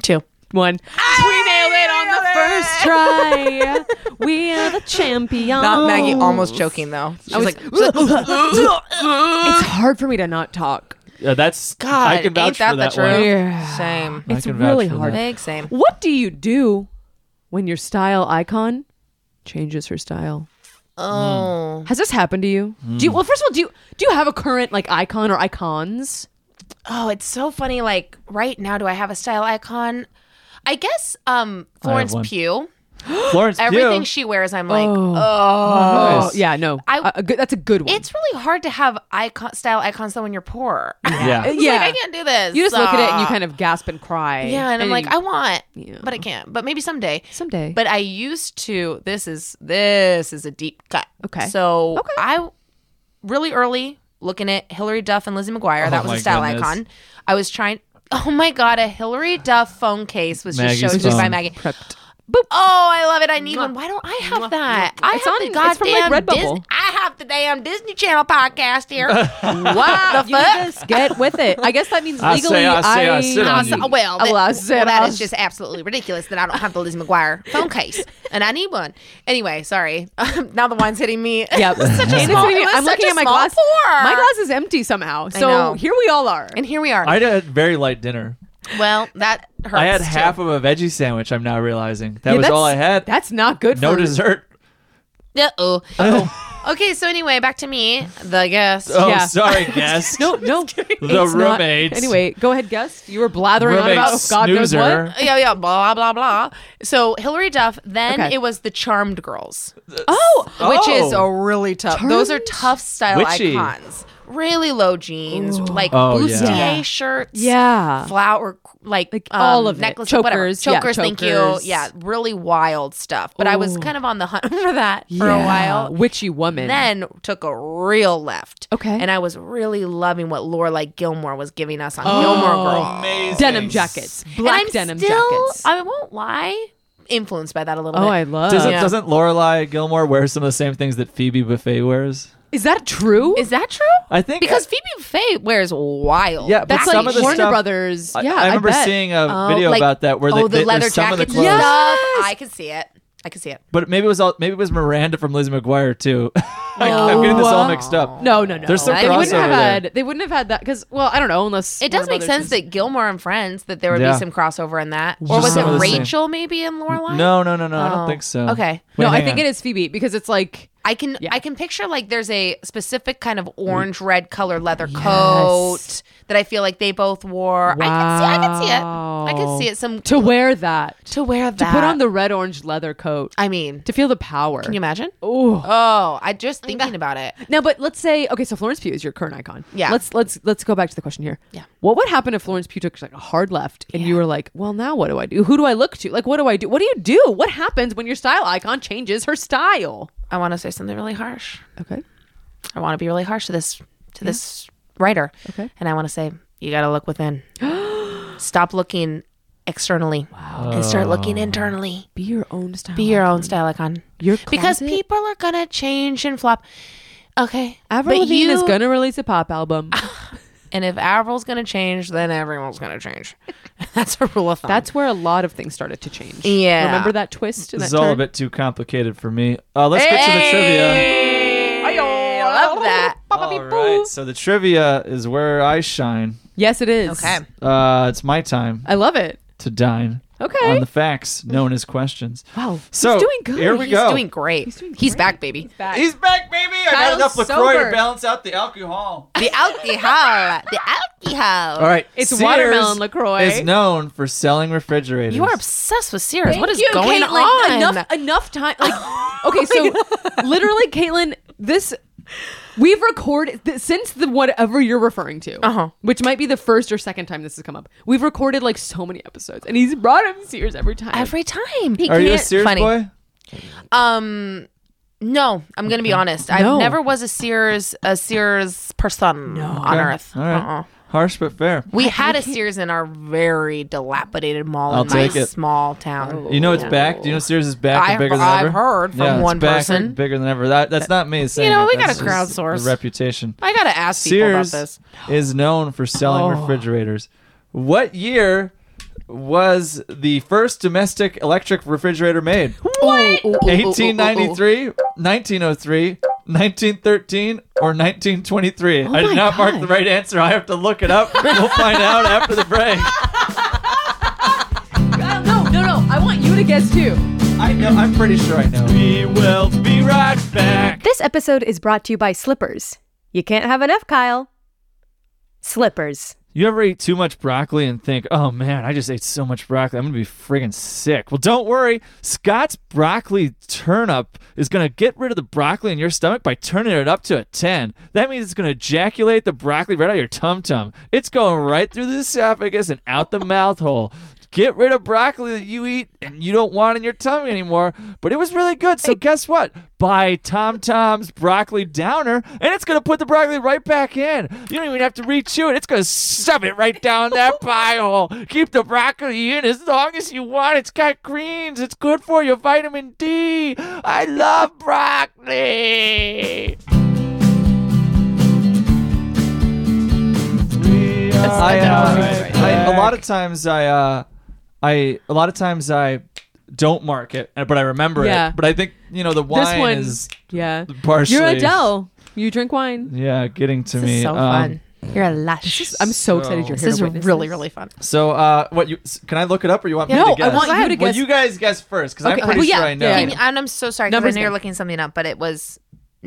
[SPEAKER 2] Two.
[SPEAKER 3] One.
[SPEAKER 6] We nailed it on the first.
[SPEAKER 3] try. we are the champions.
[SPEAKER 2] Not Maggie almost joking though. She was, like,
[SPEAKER 3] It's hard for me to not talk.
[SPEAKER 1] Yeah, Uh, that's
[SPEAKER 2] God,
[SPEAKER 1] I can vouch
[SPEAKER 2] ain't that
[SPEAKER 1] for
[SPEAKER 2] the
[SPEAKER 1] that one.
[SPEAKER 2] truth?
[SPEAKER 3] Yeah. Mm.
[SPEAKER 2] same.
[SPEAKER 1] I
[SPEAKER 3] It's
[SPEAKER 1] can vouch
[SPEAKER 3] really
[SPEAKER 1] for
[SPEAKER 3] hard.
[SPEAKER 1] that.
[SPEAKER 2] Big same.
[SPEAKER 3] What do you do when your style icon changes her style?
[SPEAKER 2] Oh.
[SPEAKER 3] Has this happened to you? Do
[SPEAKER 2] Mm.
[SPEAKER 3] you well first of all, do you do you have a current like icon or icons?
[SPEAKER 2] Oh, it's so funny. Like right now, do I have a style icon? I guess um Florence
[SPEAKER 1] one.
[SPEAKER 2] Pugh.
[SPEAKER 1] Florence
[SPEAKER 2] Everything
[SPEAKER 1] Pugh.
[SPEAKER 2] she wears, I'm like,
[SPEAKER 3] Oh.
[SPEAKER 2] oh.
[SPEAKER 3] Oh,
[SPEAKER 1] Nice.
[SPEAKER 3] yeah, no.
[SPEAKER 2] I-
[SPEAKER 3] A- a good- that's a good one.
[SPEAKER 2] It's really hard to have icon style icons though when you're poor.
[SPEAKER 1] Yeah.
[SPEAKER 2] It's
[SPEAKER 3] Yeah.
[SPEAKER 2] like, I can't do this.
[SPEAKER 3] you just look at it and you
[SPEAKER 2] Uh,
[SPEAKER 3] kind of gasp and cry.
[SPEAKER 2] yeah, and I'm like, I want,
[SPEAKER 3] Yeah.
[SPEAKER 2] but I can't. But maybe someday.
[SPEAKER 3] someday.
[SPEAKER 2] But I used to. This is this is a deep cut.
[SPEAKER 3] Okay.
[SPEAKER 2] So
[SPEAKER 3] Okay.
[SPEAKER 2] I really early looking at Hillary Duff and Lizzie McGuire.
[SPEAKER 1] Oh
[SPEAKER 2] that was
[SPEAKER 1] my
[SPEAKER 2] a style
[SPEAKER 1] goodness.
[SPEAKER 2] icon. I was trying. Oh my god, a Hillary Duff phone case was
[SPEAKER 1] Maggie's
[SPEAKER 2] just shown to me by
[SPEAKER 1] phone.
[SPEAKER 2] Maggie.
[SPEAKER 3] prepped.
[SPEAKER 2] Boop. Oh, I love it. I need one. Why don't I have that? I
[SPEAKER 3] It's
[SPEAKER 2] have
[SPEAKER 3] on-
[SPEAKER 2] the
[SPEAKER 3] it's from, like,
[SPEAKER 2] goddamn
[SPEAKER 3] Redbubble.
[SPEAKER 2] Dis- I have the damn Disney Channel podcast here. what the
[SPEAKER 3] You
[SPEAKER 2] fuck?
[SPEAKER 3] just get with it. I guess that means
[SPEAKER 1] I say,
[SPEAKER 3] legally
[SPEAKER 1] I say, I sit on
[SPEAKER 2] Uh,
[SPEAKER 1] you.
[SPEAKER 2] so- well,
[SPEAKER 3] I
[SPEAKER 2] that,
[SPEAKER 3] will
[SPEAKER 2] well,
[SPEAKER 3] sit
[SPEAKER 2] that
[SPEAKER 3] on-
[SPEAKER 2] is just absolutely ridiculous that I don't have the Lizzie McGuire phone case, and I need one. Anyway, sorry. now the wine's hitting me.
[SPEAKER 3] Yep.
[SPEAKER 2] such a
[SPEAKER 3] And it's
[SPEAKER 2] small,
[SPEAKER 3] gonna be-
[SPEAKER 2] it was
[SPEAKER 3] I'm
[SPEAKER 2] such
[SPEAKER 3] looking
[SPEAKER 2] a
[SPEAKER 3] at my
[SPEAKER 2] small
[SPEAKER 3] glass.
[SPEAKER 2] pour.
[SPEAKER 3] My glass is empty somehow. So
[SPEAKER 2] know.
[SPEAKER 3] here we all are.
[SPEAKER 2] and here we are.
[SPEAKER 1] I had a very light dinner.
[SPEAKER 2] well, that hurts.
[SPEAKER 1] I had
[SPEAKER 2] too.
[SPEAKER 1] half of a veggie sandwich. I'm now realizing that
[SPEAKER 3] Yeah,
[SPEAKER 1] was all I
[SPEAKER 3] that's-
[SPEAKER 1] had.
[SPEAKER 3] That's not good.
[SPEAKER 1] No
[SPEAKER 3] for
[SPEAKER 1] dessert.
[SPEAKER 2] Uh-oh. okay, so anyway, back to me, the guest.
[SPEAKER 1] Oh,
[SPEAKER 3] Yeah.
[SPEAKER 1] sorry, guest.
[SPEAKER 3] No, no.
[SPEAKER 1] The
[SPEAKER 3] it's not-
[SPEAKER 1] roommates.
[SPEAKER 3] Anyway, go ahead, guest. You were blathering on
[SPEAKER 1] Roommate
[SPEAKER 3] about oh, God knows
[SPEAKER 1] snoozer.
[SPEAKER 3] what.
[SPEAKER 2] Yeah, yeah, blah, blah, blah. So Hillary Duff, then
[SPEAKER 3] Okay.
[SPEAKER 2] it was the Charmed Girls,
[SPEAKER 3] Oh,
[SPEAKER 2] which is
[SPEAKER 1] Oh.
[SPEAKER 2] a really tough. Those are
[SPEAKER 3] Charmed?
[SPEAKER 2] tough style
[SPEAKER 1] Witchy.
[SPEAKER 2] roups, really low jeans, like
[SPEAKER 1] Oh,
[SPEAKER 2] bustier
[SPEAKER 1] yeah.
[SPEAKER 2] shirts.
[SPEAKER 3] yeah.
[SPEAKER 2] Flower, like,
[SPEAKER 3] Like
[SPEAKER 2] um,
[SPEAKER 3] all of it.
[SPEAKER 2] necklaces,
[SPEAKER 3] Chokers, yeah,
[SPEAKER 2] whatever. chokers, thank you.
[SPEAKER 3] chokers.
[SPEAKER 2] Yeah, really wild stuff. But I was
[SPEAKER 3] Ooh.
[SPEAKER 2] kind of on the hunt for that for a
[SPEAKER 3] Yeah.
[SPEAKER 2] while.
[SPEAKER 3] Witchy woman.
[SPEAKER 2] Then took a real left.
[SPEAKER 3] Okay.
[SPEAKER 2] And I was really loving what Lorelai Gilmore was giving us on Gilmore Girls.
[SPEAKER 1] Amazing.
[SPEAKER 3] denim jackets,
[SPEAKER 2] And
[SPEAKER 3] Oh, black
[SPEAKER 2] I'm
[SPEAKER 3] denim
[SPEAKER 2] still,
[SPEAKER 3] jackets.
[SPEAKER 2] I won't lie, influenced by that a little
[SPEAKER 3] oh,
[SPEAKER 2] bit.
[SPEAKER 3] I love.
[SPEAKER 1] Doesn't,
[SPEAKER 2] Yeah.
[SPEAKER 1] doesn't Lorelai Gilmore wear some of the same things that Phoebe Buffay wears?
[SPEAKER 3] Is that true?
[SPEAKER 2] Is that true?
[SPEAKER 1] I think
[SPEAKER 2] because Phoebe Faye wears wild.
[SPEAKER 1] Yeah, but
[SPEAKER 3] That's
[SPEAKER 1] some
[SPEAKER 3] like
[SPEAKER 1] of the
[SPEAKER 3] Warner
[SPEAKER 1] stuff-
[SPEAKER 3] Brothers.
[SPEAKER 1] I,
[SPEAKER 3] yeah,
[SPEAKER 1] I remember
[SPEAKER 3] bet.
[SPEAKER 1] seeing a
[SPEAKER 2] Oh,
[SPEAKER 1] video
[SPEAKER 2] like-
[SPEAKER 1] about that where they,
[SPEAKER 2] oh, the
[SPEAKER 1] they-
[SPEAKER 2] leather
[SPEAKER 1] there's some of the
[SPEAKER 2] jackets
[SPEAKER 1] clothes.
[SPEAKER 2] and stuff.
[SPEAKER 3] Yes!
[SPEAKER 2] I can see it. I can see it.
[SPEAKER 1] But maybe it was all maybe it was Miranda from Lizzie McGuire too. I, am getting this all mixed up.
[SPEAKER 3] No, no, no.
[SPEAKER 1] There's some
[SPEAKER 3] they wouldn't
[SPEAKER 1] crossover
[SPEAKER 3] have
[SPEAKER 1] there.
[SPEAKER 3] had. They wouldn't have had that because, well, I don't know, unless
[SPEAKER 2] It does
[SPEAKER 3] Warner
[SPEAKER 2] make
[SPEAKER 3] Brothers
[SPEAKER 2] sense
[SPEAKER 3] is-
[SPEAKER 2] that Gilmore and Friends that there would
[SPEAKER 1] Yeah.
[SPEAKER 2] be some crossover in that, or was
[SPEAKER 1] some
[SPEAKER 2] it
[SPEAKER 1] of the same-
[SPEAKER 2] Rachel maybe and Lorelai?
[SPEAKER 1] No, no, no, no. I
[SPEAKER 2] Oh.
[SPEAKER 1] don't think so.
[SPEAKER 2] Okay.
[SPEAKER 1] Wait,
[SPEAKER 3] no, I
[SPEAKER 1] hang
[SPEAKER 3] think
[SPEAKER 1] on.
[SPEAKER 3] it is Phoebe because it's like
[SPEAKER 2] I can
[SPEAKER 3] Yeah.
[SPEAKER 2] I can picture like there's a specific kind of orange red color leather coat that I feel like they both wore. I can see I can see it. I
[SPEAKER 3] Wow.
[SPEAKER 2] can see it some
[SPEAKER 3] to wear that,
[SPEAKER 2] to wear that.
[SPEAKER 3] to put on the red orange leather coat,
[SPEAKER 2] I mean,
[SPEAKER 3] to feel the power.
[SPEAKER 2] can you imagine?
[SPEAKER 3] Ooh.
[SPEAKER 2] Oh, I just thinking about it.
[SPEAKER 3] Now, but let's say okay, so Florence Pugh is your current icon.
[SPEAKER 2] Yeah.
[SPEAKER 3] Let's let's let's go back to the question here.
[SPEAKER 2] Yeah.
[SPEAKER 3] What would happen if Florence Pugh took like a hard left and you were like, well, now what do I do? Who do I look to? Like, what do I do? What do you do? What happens when your style icon changes her style?
[SPEAKER 2] I want to say something really harsh.
[SPEAKER 3] Okay.
[SPEAKER 2] I want to be really harsh to this to this writer.
[SPEAKER 3] Okay.
[SPEAKER 2] And I want to say you got to look within. Stop looking externally and start looking
[SPEAKER 1] Oh.
[SPEAKER 2] internally.
[SPEAKER 3] Be your own style.
[SPEAKER 2] Be your own style icon.
[SPEAKER 3] Oh Your
[SPEAKER 2] because
[SPEAKER 3] closet-
[SPEAKER 2] people are gonna change and flop. Okay,
[SPEAKER 3] Avril
[SPEAKER 2] but
[SPEAKER 3] Lavigne
[SPEAKER 2] you-
[SPEAKER 3] is gonna release a pop album.
[SPEAKER 2] And if Avril's gonna change, then everyone's gonna change. That's a rule of thumb.
[SPEAKER 3] That's where a lot of things started to change.
[SPEAKER 2] Yeah.
[SPEAKER 3] Remember that twist? And
[SPEAKER 1] This is
[SPEAKER 3] that
[SPEAKER 1] all a
[SPEAKER 3] turn?
[SPEAKER 1] bit too complicated for me. Uh, let's get to the trivia. Oh.
[SPEAKER 2] I love that.
[SPEAKER 1] All right, so the trivia is where I shine.
[SPEAKER 3] Yes, it is.
[SPEAKER 2] Okay.
[SPEAKER 1] Uh, it's my time
[SPEAKER 3] I love it.
[SPEAKER 1] to dine
[SPEAKER 3] Okay.
[SPEAKER 1] on the facts known as questions.
[SPEAKER 3] wow.
[SPEAKER 1] So
[SPEAKER 3] He's doing good.
[SPEAKER 1] here we
[SPEAKER 2] He's
[SPEAKER 1] go.
[SPEAKER 2] doing great. He's, back, baby.
[SPEAKER 3] back.
[SPEAKER 1] He's back, baby. I've had
[SPEAKER 3] Kyle's
[SPEAKER 1] enough Lacroix
[SPEAKER 3] sober.
[SPEAKER 1] to balance out the alcohol.
[SPEAKER 2] The alcohol. the alcohol.
[SPEAKER 1] All right,
[SPEAKER 3] It's
[SPEAKER 1] Sears
[SPEAKER 3] watermelon LaCroix.
[SPEAKER 1] Is known for selling refrigerators.
[SPEAKER 2] You are obsessed with Sears. what is
[SPEAKER 3] Thank you,
[SPEAKER 2] going on?
[SPEAKER 3] Caitlin. Enough, enough time. Like, Oh okay, so literally, Caitlin, this we've recorded th- since the whatever you're referring to,
[SPEAKER 2] Uh-huh.
[SPEAKER 3] which might be the first or second time this has come up. We've recorded like so many episodes, and he's brought him Sears every time.
[SPEAKER 2] Every time. He
[SPEAKER 1] Are you a
[SPEAKER 2] can't-
[SPEAKER 1] Sears
[SPEAKER 2] funny.
[SPEAKER 1] boy?
[SPEAKER 2] Um, no, I'm gonna be honest.
[SPEAKER 3] No.
[SPEAKER 2] I never was a Sears a Sears person on
[SPEAKER 1] Okay.
[SPEAKER 2] Earth.
[SPEAKER 1] All right.
[SPEAKER 2] Uh-uh.
[SPEAKER 1] Harsh but fair.
[SPEAKER 2] We had a Sears in our very dilapidated mall
[SPEAKER 1] I'll
[SPEAKER 2] in my
[SPEAKER 1] take it. Oh,
[SPEAKER 2] small town.
[SPEAKER 1] You know it's back. Do you know Sears is back
[SPEAKER 2] I've-
[SPEAKER 1] and bigger than
[SPEAKER 2] I've
[SPEAKER 1] ever?
[SPEAKER 2] heard from
[SPEAKER 1] Yeah, it's
[SPEAKER 2] one
[SPEAKER 1] back
[SPEAKER 2] person.
[SPEAKER 1] and bigger than ever. That, that's not me saying
[SPEAKER 2] know,
[SPEAKER 1] it.
[SPEAKER 2] we gotta
[SPEAKER 1] That's just the
[SPEAKER 2] crowdsource.
[SPEAKER 1] reputation.
[SPEAKER 2] I gotta ask people about
[SPEAKER 1] Sears
[SPEAKER 2] this.
[SPEAKER 1] is known for selling refrigerators. What year was the first domestic electric refrigerator made?
[SPEAKER 2] What?
[SPEAKER 1] 1893, 1903, 1913, or 1923? I
[SPEAKER 3] my
[SPEAKER 1] did not mark
[SPEAKER 3] God.
[SPEAKER 1] the right answer. I have to look it up. we'll find out after the break.
[SPEAKER 3] Uh, no, no, no. I want you to guess too.
[SPEAKER 1] I know. I'm pretty sure I know. We will be right back.
[SPEAKER 7] This episode is brought to you by Slippers. You can't have enough, Kyle. Slippers.
[SPEAKER 1] You ever eat too much broccoli and think, oh man, I just ate so much broccoli. I'm going to be friggin' sick. Well, don't worry. Scott's broccoli turnip is going to get rid of the broccoli in your stomach by turning it up to a 10. That means it's going to ejaculate the broccoli right out of your tum tum. It's going right through the esophagus and out the mouth hole. Get rid of broccoli that you eat and you don't want in your tummy anymore. But it was really good. So guess what? Buy Tom Tom's broccoli downer, and it's gonna put the broccoli right back in. You don't even have to re-chew it. It's gonna stuff it right down that pie hole. Keep the broccoli in as long as you want. It's got greens. It's good for you. Vitamin D. I love broccoli. I, uh, I- a lot of times I, uh, I a lot of times I don't mark it, but I remember
[SPEAKER 3] Yeah.
[SPEAKER 1] it. But I think you know the wine
[SPEAKER 3] this one,
[SPEAKER 1] is
[SPEAKER 3] yeah.
[SPEAKER 1] partially.
[SPEAKER 3] You're Adele. You drink wine.
[SPEAKER 1] Yeah, getting to
[SPEAKER 2] This
[SPEAKER 1] me.
[SPEAKER 2] is so
[SPEAKER 1] Um,
[SPEAKER 2] fun. You're a lush.
[SPEAKER 3] I'm so excited you're
[SPEAKER 2] This
[SPEAKER 3] here.
[SPEAKER 2] is
[SPEAKER 3] to witness
[SPEAKER 2] really,
[SPEAKER 3] this.
[SPEAKER 2] really fun.
[SPEAKER 1] So, uh, what you s- can I look it up, or you want
[SPEAKER 3] No,
[SPEAKER 1] me
[SPEAKER 3] I
[SPEAKER 1] to guess?
[SPEAKER 3] want you to
[SPEAKER 1] Well,
[SPEAKER 3] guess.
[SPEAKER 1] you guys guess first, because
[SPEAKER 3] Okay,
[SPEAKER 1] I'm pretty
[SPEAKER 3] well,
[SPEAKER 2] yeah,
[SPEAKER 1] sure I know.
[SPEAKER 2] Can you- and I'm so sorry because I
[SPEAKER 3] Numbers
[SPEAKER 2] know you're
[SPEAKER 3] game.
[SPEAKER 2] looking something up, but it was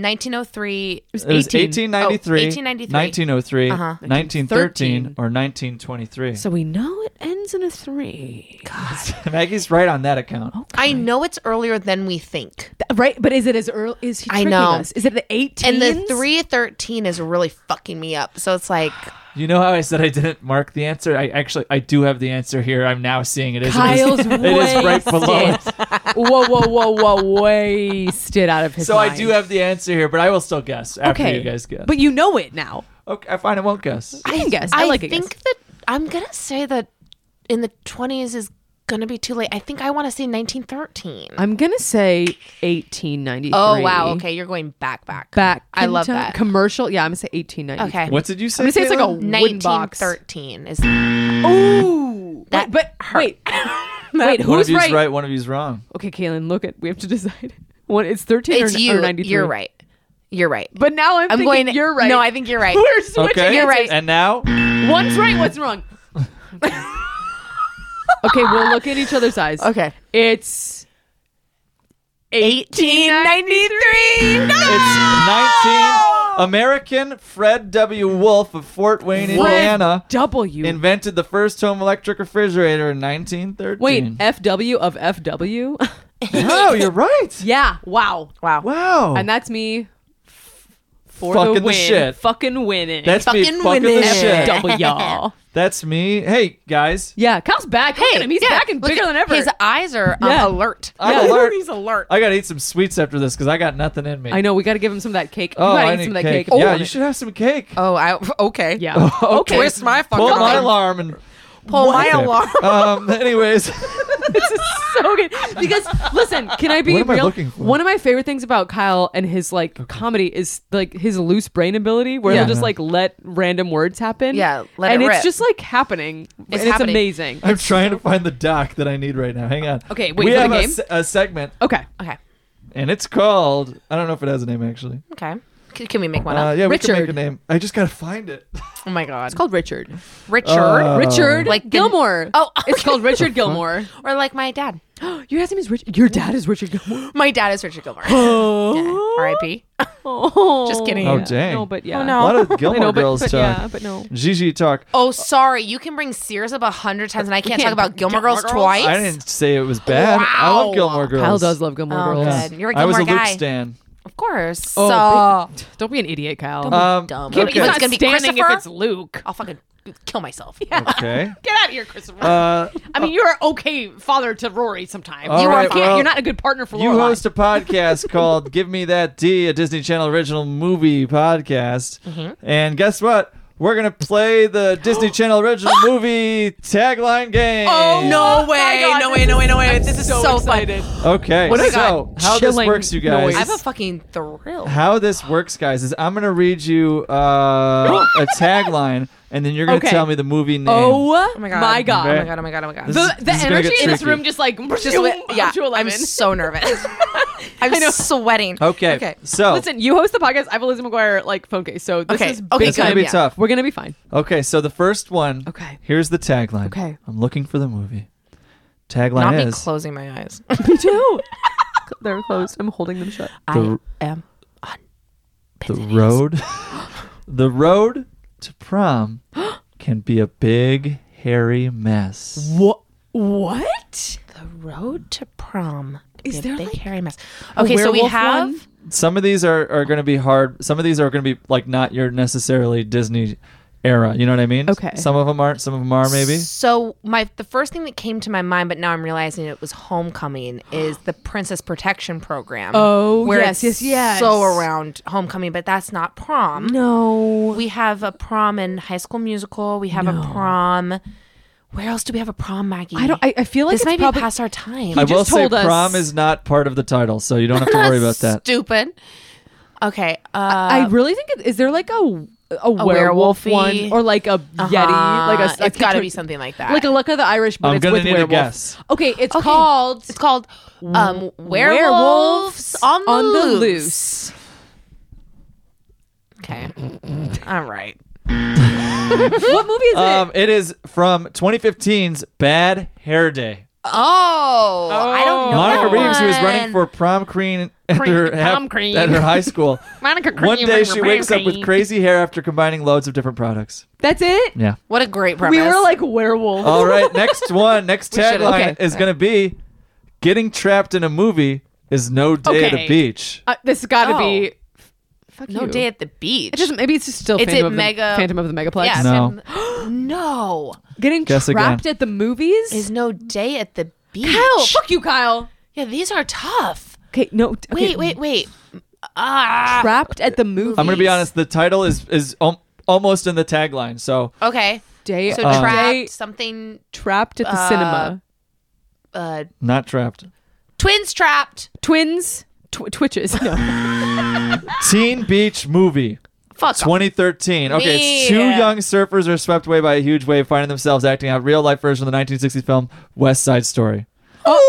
[SPEAKER 2] 1903.
[SPEAKER 1] It was 1893,
[SPEAKER 3] Oh,
[SPEAKER 2] 1893.
[SPEAKER 1] 1903,
[SPEAKER 2] Uh-huh.
[SPEAKER 1] 1913, or 1923.
[SPEAKER 3] So we know it ends in a three.
[SPEAKER 1] Maggie's right on that account.
[SPEAKER 3] Oh.
[SPEAKER 2] I know it's earlier than we think.
[SPEAKER 3] Right, but is it as early? Is he
[SPEAKER 2] I
[SPEAKER 3] tricking
[SPEAKER 2] know.
[SPEAKER 3] us? Is it the 18?
[SPEAKER 2] And the 313 is really fucking me up. So it's like,
[SPEAKER 1] You know how I said I didn't mark the answer? I actually I do have the answer here. I'm now seeing it. It is-
[SPEAKER 3] Kyle's
[SPEAKER 1] it is, it is right below it.
[SPEAKER 3] whoa, whoa, whoa, whoa, wasted out of his.
[SPEAKER 1] So I
[SPEAKER 3] mind.
[SPEAKER 1] do have the answer here, but I will still guess after
[SPEAKER 3] Okay,
[SPEAKER 1] you guys guess.
[SPEAKER 3] but you know it now.
[SPEAKER 1] okay, fine, I won't guess.
[SPEAKER 3] I can guess. I, like it.
[SPEAKER 2] think that I'm going to say that in the 20s is going to be too late. I think I want to say 1913.
[SPEAKER 3] I'm gonna say 1893.
[SPEAKER 2] oh, wow. Okay. You're going back, back.
[SPEAKER 3] Back.
[SPEAKER 2] I love
[SPEAKER 3] into
[SPEAKER 2] that.
[SPEAKER 3] Commercial. Yeah, I'm gonna say 1893.
[SPEAKER 2] Okay.
[SPEAKER 1] What did you say?
[SPEAKER 3] I'm gonna say it's like a
[SPEAKER 1] Caitlin?
[SPEAKER 3] wooden box.
[SPEAKER 2] 1913 is.
[SPEAKER 3] Ooh.
[SPEAKER 2] That
[SPEAKER 3] but wait. wait.
[SPEAKER 1] Mm. One of
[SPEAKER 3] Who's
[SPEAKER 1] you's
[SPEAKER 3] right?
[SPEAKER 1] right? one of you's wrong.
[SPEAKER 3] Okay, Kaylin, look at. We have to decide. What? It's 13
[SPEAKER 2] It's
[SPEAKER 3] or,
[SPEAKER 2] you.
[SPEAKER 3] or 93.
[SPEAKER 2] You're right. You're right.
[SPEAKER 3] But now I'm,
[SPEAKER 2] I'm
[SPEAKER 3] thinking
[SPEAKER 2] going.
[SPEAKER 3] You're right.
[SPEAKER 2] No, I think you're right.
[SPEAKER 3] we're switching.
[SPEAKER 1] Okay.
[SPEAKER 2] You're right.
[SPEAKER 1] And now
[SPEAKER 3] One's right. One's wrong. okay, we'll look at each other's eyes.
[SPEAKER 2] Okay.
[SPEAKER 3] It's
[SPEAKER 2] 1893.
[SPEAKER 1] it's 19 American Fred W. Wolf of Fort Wayne, Indiana.
[SPEAKER 3] W.
[SPEAKER 1] Invented the first home electric refrigerator in 1913.
[SPEAKER 3] Wait, FW of FW?
[SPEAKER 1] no, you're right.
[SPEAKER 3] yeah, wow.
[SPEAKER 2] Wow.
[SPEAKER 1] Wow,
[SPEAKER 3] And that's me for
[SPEAKER 1] Oh. Fucking
[SPEAKER 3] the
[SPEAKER 1] the
[SPEAKER 3] win.
[SPEAKER 1] shit.
[SPEAKER 3] Fucking winning.
[SPEAKER 1] that's me
[SPEAKER 2] fucking
[SPEAKER 1] fucking the
[SPEAKER 2] winning.
[SPEAKER 1] shit.
[SPEAKER 3] FW. y'all.
[SPEAKER 1] That's me. Hey guys,
[SPEAKER 3] Yeah, Kyle's back. Look at him. He's
[SPEAKER 2] yeah,
[SPEAKER 3] back and
[SPEAKER 2] look
[SPEAKER 3] bigger
[SPEAKER 2] at-
[SPEAKER 3] than ever.
[SPEAKER 2] His eyes are um,
[SPEAKER 3] Yeah.
[SPEAKER 2] alert.
[SPEAKER 1] I'm alert.
[SPEAKER 2] He's alert.
[SPEAKER 1] I gotta eat some sweets after this because I got nothing in me.
[SPEAKER 3] I know, we got to give him some of that cake.
[SPEAKER 1] Oh,
[SPEAKER 3] you gotta
[SPEAKER 1] I
[SPEAKER 3] eat
[SPEAKER 1] need
[SPEAKER 3] some of that
[SPEAKER 1] cake.
[SPEAKER 3] cake. Oh,
[SPEAKER 1] yeah, you should have some cake.
[SPEAKER 2] Oh, I okay.
[SPEAKER 3] Yeah.
[SPEAKER 1] okay.
[SPEAKER 2] Twist my fucking
[SPEAKER 1] Pull my
[SPEAKER 2] arm.
[SPEAKER 1] alarm and
[SPEAKER 2] Pull my alarm.
[SPEAKER 1] um. Anyways,
[SPEAKER 3] this is so good because listen can i be
[SPEAKER 1] What am I
[SPEAKER 3] real
[SPEAKER 1] looking for?
[SPEAKER 3] one of my favorite things about kyle and his like comedy is like his loose brain ability where he'll
[SPEAKER 1] Yeah.
[SPEAKER 3] just like let random words happen
[SPEAKER 2] Yeah, let
[SPEAKER 3] and
[SPEAKER 2] it
[SPEAKER 3] it's
[SPEAKER 2] rip.
[SPEAKER 3] just like happening and it's
[SPEAKER 2] happening.
[SPEAKER 3] amazing
[SPEAKER 1] I'm trying to find the doc that I need right now. Hang on.
[SPEAKER 3] Okay, wait
[SPEAKER 1] We
[SPEAKER 3] for the
[SPEAKER 1] have a
[SPEAKER 3] game?
[SPEAKER 1] se- A, segment,
[SPEAKER 3] okay
[SPEAKER 2] Okay.
[SPEAKER 1] and it's called. I don't know if it has a name actually.
[SPEAKER 2] Okay. C- can we make one
[SPEAKER 1] Uh,
[SPEAKER 2] up?
[SPEAKER 1] yeah, we can make
[SPEAKER 3] Richard.
[SPEAKER 1] a name. I just gotta find it.
[SPEAKER 2] Oh my god.
[SPEAKER 3] it's called richard
[SPEAKER 2] Richard.
[SPEAKER 1] Uh,
[SPEAKER 2] Like
[SPEAKER 3] richard like
[SPEAKER 2] the-
[SPEAKER 3] gilmore
[SPEAKER 2] Oh,
[SPEAKER 3] it's called richard gilmore
[SPEAKER 2] or like my dad.
[SPEAKER 3] Uh-huh. your last name is richard your dad is richard gilmore
[SPEAKER 2] My dad is Richard Gilmore.
[SPEAKER 3] oh
[SPEAKER 2] Yeah. R.I.P. Just kidding.
[SPEAKER 1] Oh, dang.
[SPEAKER 3] no but yeah
[SPEAKER 1] A lot of
[SPEAKER 3] I
[SPEAKER 1] Gilmore
[SPEAKER 3] know, but,
[SPEAKER 1] Girls
[SPEAKER 3] but
[SPEAKER 1] talk.
[SPEAKER 3] yeah but no
[SPEAKER 1] Gigi talk.
[SPEAKER 2] Oh, sorry. You can bring Sears up a hundred times, and I can't,
[SPEAKER 3] can't
[SPEAKER 2] talk about
[SPEAKER 3] bring
[SPEAKER 2] Gilmore,
[SPEAKER 3] Gilmore
[SPEAKER 2] Girls,
[SPEAKER 3] Girls?
[SPEAKER 2] twice.
[SPEAKER 1] I didn't say it was bad. I
[SPEAKER 2] Wow.
[SPEAKER 1] love Gilmore Girls.
[SPEAKER 3] kyle does love gilmore
[SPEAKER 2] Oh,
[SPEAKER 3] girls
[SPEAKER 2] good. You're a
[SPEAKER 1] I was a
[SPEAKER 2] Gilmore
[SPEAKER 1] Luke
[SPEAKER 2] guy.
[SPEAKER 1] stan.
[SPEAKER 2] Of course.
[SPEAKER 3] Oh,
[SPEAKER 2] so
[SPEAKER 3] don't be an idiot kyle
[SPEAKER 1] Um,
[SPEAKER 2] dumb.
[SPEAKER 1] okay.
[SPEAKER 2] Even if it's gonna be
[SPEAKER 3] standing if
[SPEAKER 2] Christopher?
[SPEAKER 3] it's Luke.
[SPEAKER 2] I'll fucking kill myself.
[SPEAKER 1] okay.
[SPEAKER 3] Get out of here, Christopher.
[SPEAKER 1] Uh,
[SPEAKER 3] I mean, you're okay father to Rory sometimes.
[SPEAKER 1] All
[SPEAKER 3] you
[SPEAKER 1] right,
[SPEAKER 3] can't,
[SPEAKER 1] well,
[SPEAKER 3] you're not a good partner for
[SPEAKER 1] You
[SPEAKER 3] Lorelai.
[SPEAKER 1] host a podcast called Give Me That D, a Disney Channel original movie podcast. And guess what? We're going to play the Disney Channel original movie tagline game.
[SPEAKER 2] Oh no way!
[SPEAKER 3] God,
[SPEAKER 2] no
[SPEAKER 3] this
[SPEAKER 2] way! No way! No way! This is so,
[SPEAKER 3] excited.
[SPEAKER 2] fun.
[SPEAKER 1] Okay.
[SPEAKER 3] What
[SPEAKER 1] so,
[SPEAKER 3] a God,
[SPEAKER 1] how this
[SPEAKER 3] chilling
[SPEAKER 1] works, you
[SPEAKER 3] noise.
[SPEAKER 1] guys.
[SPEAKER 2] I have a fucking thrill.
[SPEAKER 1] how this works, guys, is I'm going to read you uh, a tagline, and then you're going to
[SPEAKER 3] Okay.
[SPEAKER 1] tell me the movie name.
[SPEAKER 3] Oh, my God.
[SPEAKER 2] My
[SPEAKER 1] Okay.
[SPEAKER 2] Oh my god! Oh my god! Oh my god!
[SPEAKER 1] This is-
[SPEAKER 3] The, the
[SPEAKER 1] is gonna
[SPEAKER 3] energy
[SPEAKER 1] get
[SPEAKER 3] in this
[SPEAKER 1] tricky.
[SPEAKER 3] room just like
[SPEAKER 2] Just wait- yeah,
[SPEAKER 3] to 11.
[SPEAKER 2] I'm so nervous. I'm sweating.
[SPEAKER 1] Okay.
[SPEAKER 2] Okay.
[SPEAKER 1] So,
[SPEAKER 3] Listen, you host the podcast. I have a Liz McGuire like phone case, so this
[SPEAKER 2] Okay,
[SPEAKER 3] is
[SPEAKER 2] okay,
[SPEAKER 3] big
[SPEAKER 1] it's going to
[SPEAKER 3] time.
[SPEAKER 1] be
[SPEAKER 2] yeah.
[SPEAKER 1] tough.
[SPEAKER 3] We're gonna be fine.
[SPEAKER 1] Okay, so the first one.
[SPEAKER 3] Okay.
[SPEAKER 1] Here's the tagline.
[SPEAKER 3] Okay.
[SPEAKER 1] I'm looking for the movie. Tagline
[SPEAKER 2] Not me
[SPEAKER 1] is
[SPEAKER 2] closing my eyes.
[SPEAKER 3] Me too. They're closed. I'm holding them shut.
[SPEAKER 2] I am.
[SPEAKER 1] the road the road to prom can be a big hairy mess
[SPEAKER 3] What? What?
[SPEAKER 2] The road to prom. Is
[SPEAKER 3] there,
[SPEAKER 2] a big
[SPEAKER 3] like,
[SPEAKER 2] hairy mess? Okay, so we
[SPEAKER 3] werewolf
[SPEAKER 2] have.
[SPEAKER 3] one?
[SPEAKER 1] some of these are, are going to be hard some of these are going to be like not your necessarily disney era you know what i mean
[SPEAKER 3] Okay.
[SPEAKER 1] some of them aren't some of them are maybe
[SPEAKER 2] So my the first thing that came to my mind, but now I'm realizing it was homecoming, is the Princess Protection Program.
[SPEAKER 3] Oh,
[SPEAKER 2] where
[SPEAKER 3] yes,
[SPEAKER 2] it's
[SPEAKER 3] yes, yes.
[SPEAKER 2] So around homecoming, but that's not prom.
[SPEAKER 3] No.
[SPEAKER 2] We have a prom in High School Musical. We have a prom. Where else do we have a prom, Maggie?
[SPEAKER 3] I don't. I, I feel like
[SPEAKER 2] this
[SPEAKER 3] it's
[SPEAKER 2] might
[SPEAKER 3] probably,
[SPEAKER 2] be past our time.
[SPEAKER 1] i
[SPEAKER 3] just
[SPEAKER 1] will say
[SPEAKER 3] told us-
[SPEAKER 1] prom is not part of the title so you don't have to worry about that
[SPEAKER 2] Stupid. Okay. Uh,
[SPEAKER 3] I really think it, is there like a a, werewolf
[SPEAKER 2] werewolf-y- Uh-huh.
[SPEAKER 3] one or like a yeti, like a, a
[SPEAKER 2] it's got to
[SPEAKER 3] contor-
[SPEAKER 2] be something like that.
[SPEAKER 3] like a Luck of the Irish, but
[SPEAKER 1] I'm
[SPEAKER 3] it's
[SPEAKER 1] gonna
[SPEAKER 3] with
[SPEAKER 1] need a
[SPEAKER 3] werewolf.
[SPEAKER 1] guess.
[SPEAKER 3] Okay, it's called
[SPEAKER 2] It's called um, werewolves
[SPEAKER 3] Werewolves
[SPEAKER 2] on the,
[SPEAKER 3] on the
[SPEAKER 2] loose.
[SPEAKER 3] Loose.
[SPEAKER 2] Okay. All right.
[SPEAKER 3] what movie is
[SPEAKER 1] Um, it is from 2015's Bad Hair Day.
[SPEAKER 2] Oh, I don't know.
[SPEAKER 1] Monica
[SPEAKER 2] that
[SPEAKER 1] Reeves, who was
[SPEAKER 2] one.
[SPEAKER 1] running for prom queen at, her,
[SPEAKER 6] prom queen.
[SPEAKER 1] at her high school.
[SPEAKER 6] Monica
[SPEAKER 1] One
[SPEAKER 6] Cream,
[SPEAKER 1] day
[SPEAKER 6] Monica
[SPEAKER 1] she wakes up with
[SPEAKER 6] Cream.
[SPEAKER 1] crazy hair after combining loads of different products.
[SPEAKER 3] That's it.
[SPEAKER 1] Yeah. Oh.
[SPEAKER 2] What a great premise.
[SPEAKER 7] We were like werewolves.
[SPEAKER 1] All right, next one, next
[SPEAKER 2] We should-
[SPEAKER 1] tagline
[SPEAKER 2] okay.
[SPEAKER 1] is going to be Getting trapped in a movie is no day at
[SPEAKER 6] Okay.
[SPEAKER 1] a beach.
[SPEAKER 3] Uh, this has got to
[SPEAKER 2] Oh.
[SPEAKER 3] be. Fuck
[SPEAKER 2] no
[SPEAKER 3] you.
[SPEAKER 2] day at the beach.
[SPEAKER 3] It just maybe it's just still
[SPEAKER 2] It's
[SPEAKER 3] Phantom
[SPEAKER 2] at
[SPEAKER 3] of the
[SPEAKER 2] Mega-
[SPEAKER 3] Phantom of the Megaplex.
[SPEAKER 2] yeah.
[SPEAKER 1] No.
[SPEAKER 2] Phantom- no.
[SPEAKER 3] Getting
[SPEAKER 1] Guess again.
[SPEAKER 3] trapped at the movies.
[SPEAKER 2] Is no day at the beach.
[SPEAKER 3] Kyle, fuck you, Kyle.
[SPEAKER 2] Yeah, these are tough.
[SPEAKER 3] Okay, no. okay.
[SPEAKER 2] Wait, wait, wait. Ah.
[SPEAKER 3] Trapped at the movies.
[SPEAKER 1] I'm going to be honest, the title is, is al- almost in the tagline. So
[SPEAKER 2] Okay.
[SPEAKER 3] Day
[SPEAKER 2] So
[SPEAKER 3] uh, day
[SPEAKER 2] trapped something
[SPEAKER 3] trapped at the
[SPEAKER 2] Uh,
[SPEAKER 3] cinema.
[SPEAKER 2] uh
[SPEAKER 1] not trapped.
[SPEAKER 2] twins trapped.
[SPEAKER 3] Twins. Tw- twitches. No.
[SPEAKER 1] Teen Beach Movie.
[SPEAKER 2] Fuck.
[SPEAKER 1] 2013. Okay, it's two
[SPEAKER 2] Yeah.
[SPEAKER 1] young surfers are swept away by a huge wave, finding themselves acting out real life version of the 1960s film West Side Story.
[SPEAKER 2] what?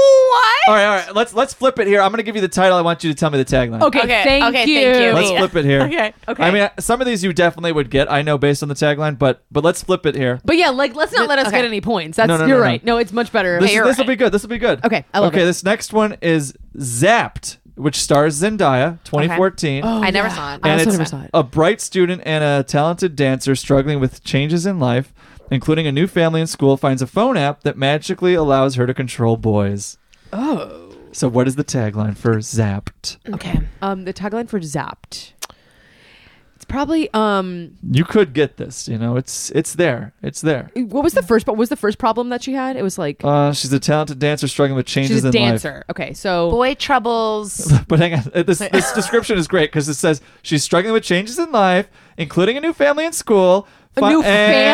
[SPEAKER 1] All right, all right. Let's let's flip it here. I'm gonna give you the title. I want you to tell me the tagline.
[SPEAKER 3] Okay.
[SPEAKER 2] Okay,
[SPEAKER 3] Thank
[SPEAKER 2] okay, thank
[SPEAKER 3] you.
[SPEAKER 2] you.
[SPEAKER 1] Let's flip it here.
[SPEAKER 2] Okay, okay.
[SPEAKER 1] I mean, some of these you definitely would get. I know based on the tagline, but but let's flip it here.
[SPEAKER 3] But yeah, like let's not let us
[SPEAKER 2] okay.
[SPEAKER 3] get any points. That's
[SPEAKER 1] No, no, no,
[SPEAKER 3] you're
[SPEAKER 1] no.
[SPEAKER 3] right. No, it's much
[SPEAKER 1] This
[SPEAKER 3] better. Hey,
[SPEAKER 1] this
[SPEAKER 2] you're
[SPEAKER 1] will
[SPEAKER 2] right.
[SPEAKER 1] be good. This will be good.
[SPEAKER 3] Okay, I love
[SPEAKER 1] okay.
[SPEAKER 3] it.
[SPEAKER 1] This next one is Zapped, which stars Zendaya, 2014.
[SPEAKER 3] oh,
[SPEAKER 2] I never
[SPEAKER 3] yeah.
[SPEAKER 2] saw it.
[SPEAKER 3] I
[SPEAKER 1] and
[SPEAKER 3] also
[SPEAKER 1] it's
[SPEAKER 3] never saw it.
[SPEAKER 1] a bright student and a talented dancer struggling with changes in life, including a new family and school, finds a phone app that magically allows her to control boys.
[SPEAKER 3] Oh.
[SPEAKER 1] So, what is the tagline for Zapped?
[SPEAKER 2] Okay.
[SPEAKER 3] Um, the tagline for Zapped. It's probably um.
[SPEAKER 1] You could get this. You know, it's it's there. It's there.
[SPEAKER 3] What was the first? What was the first problem that she had? It was like
[SPEAKER 1] Uh, she's a talented dancer struggling with changes
[SPEAKER 3] she's a
[SPEAKER 1] in
[SPEAKER 3] dancer. Okay, so
[SPEAKER 2] Boy troubles.
[SPEAKER 1] life. But hang on, Uh, this this description is great because it says she's struggling with changes in life, including a new family and school.
[SPEAKER 3] A
[SPEAKER 1] fi-
[SPEAKER 3] new
[SPEAKER 1] and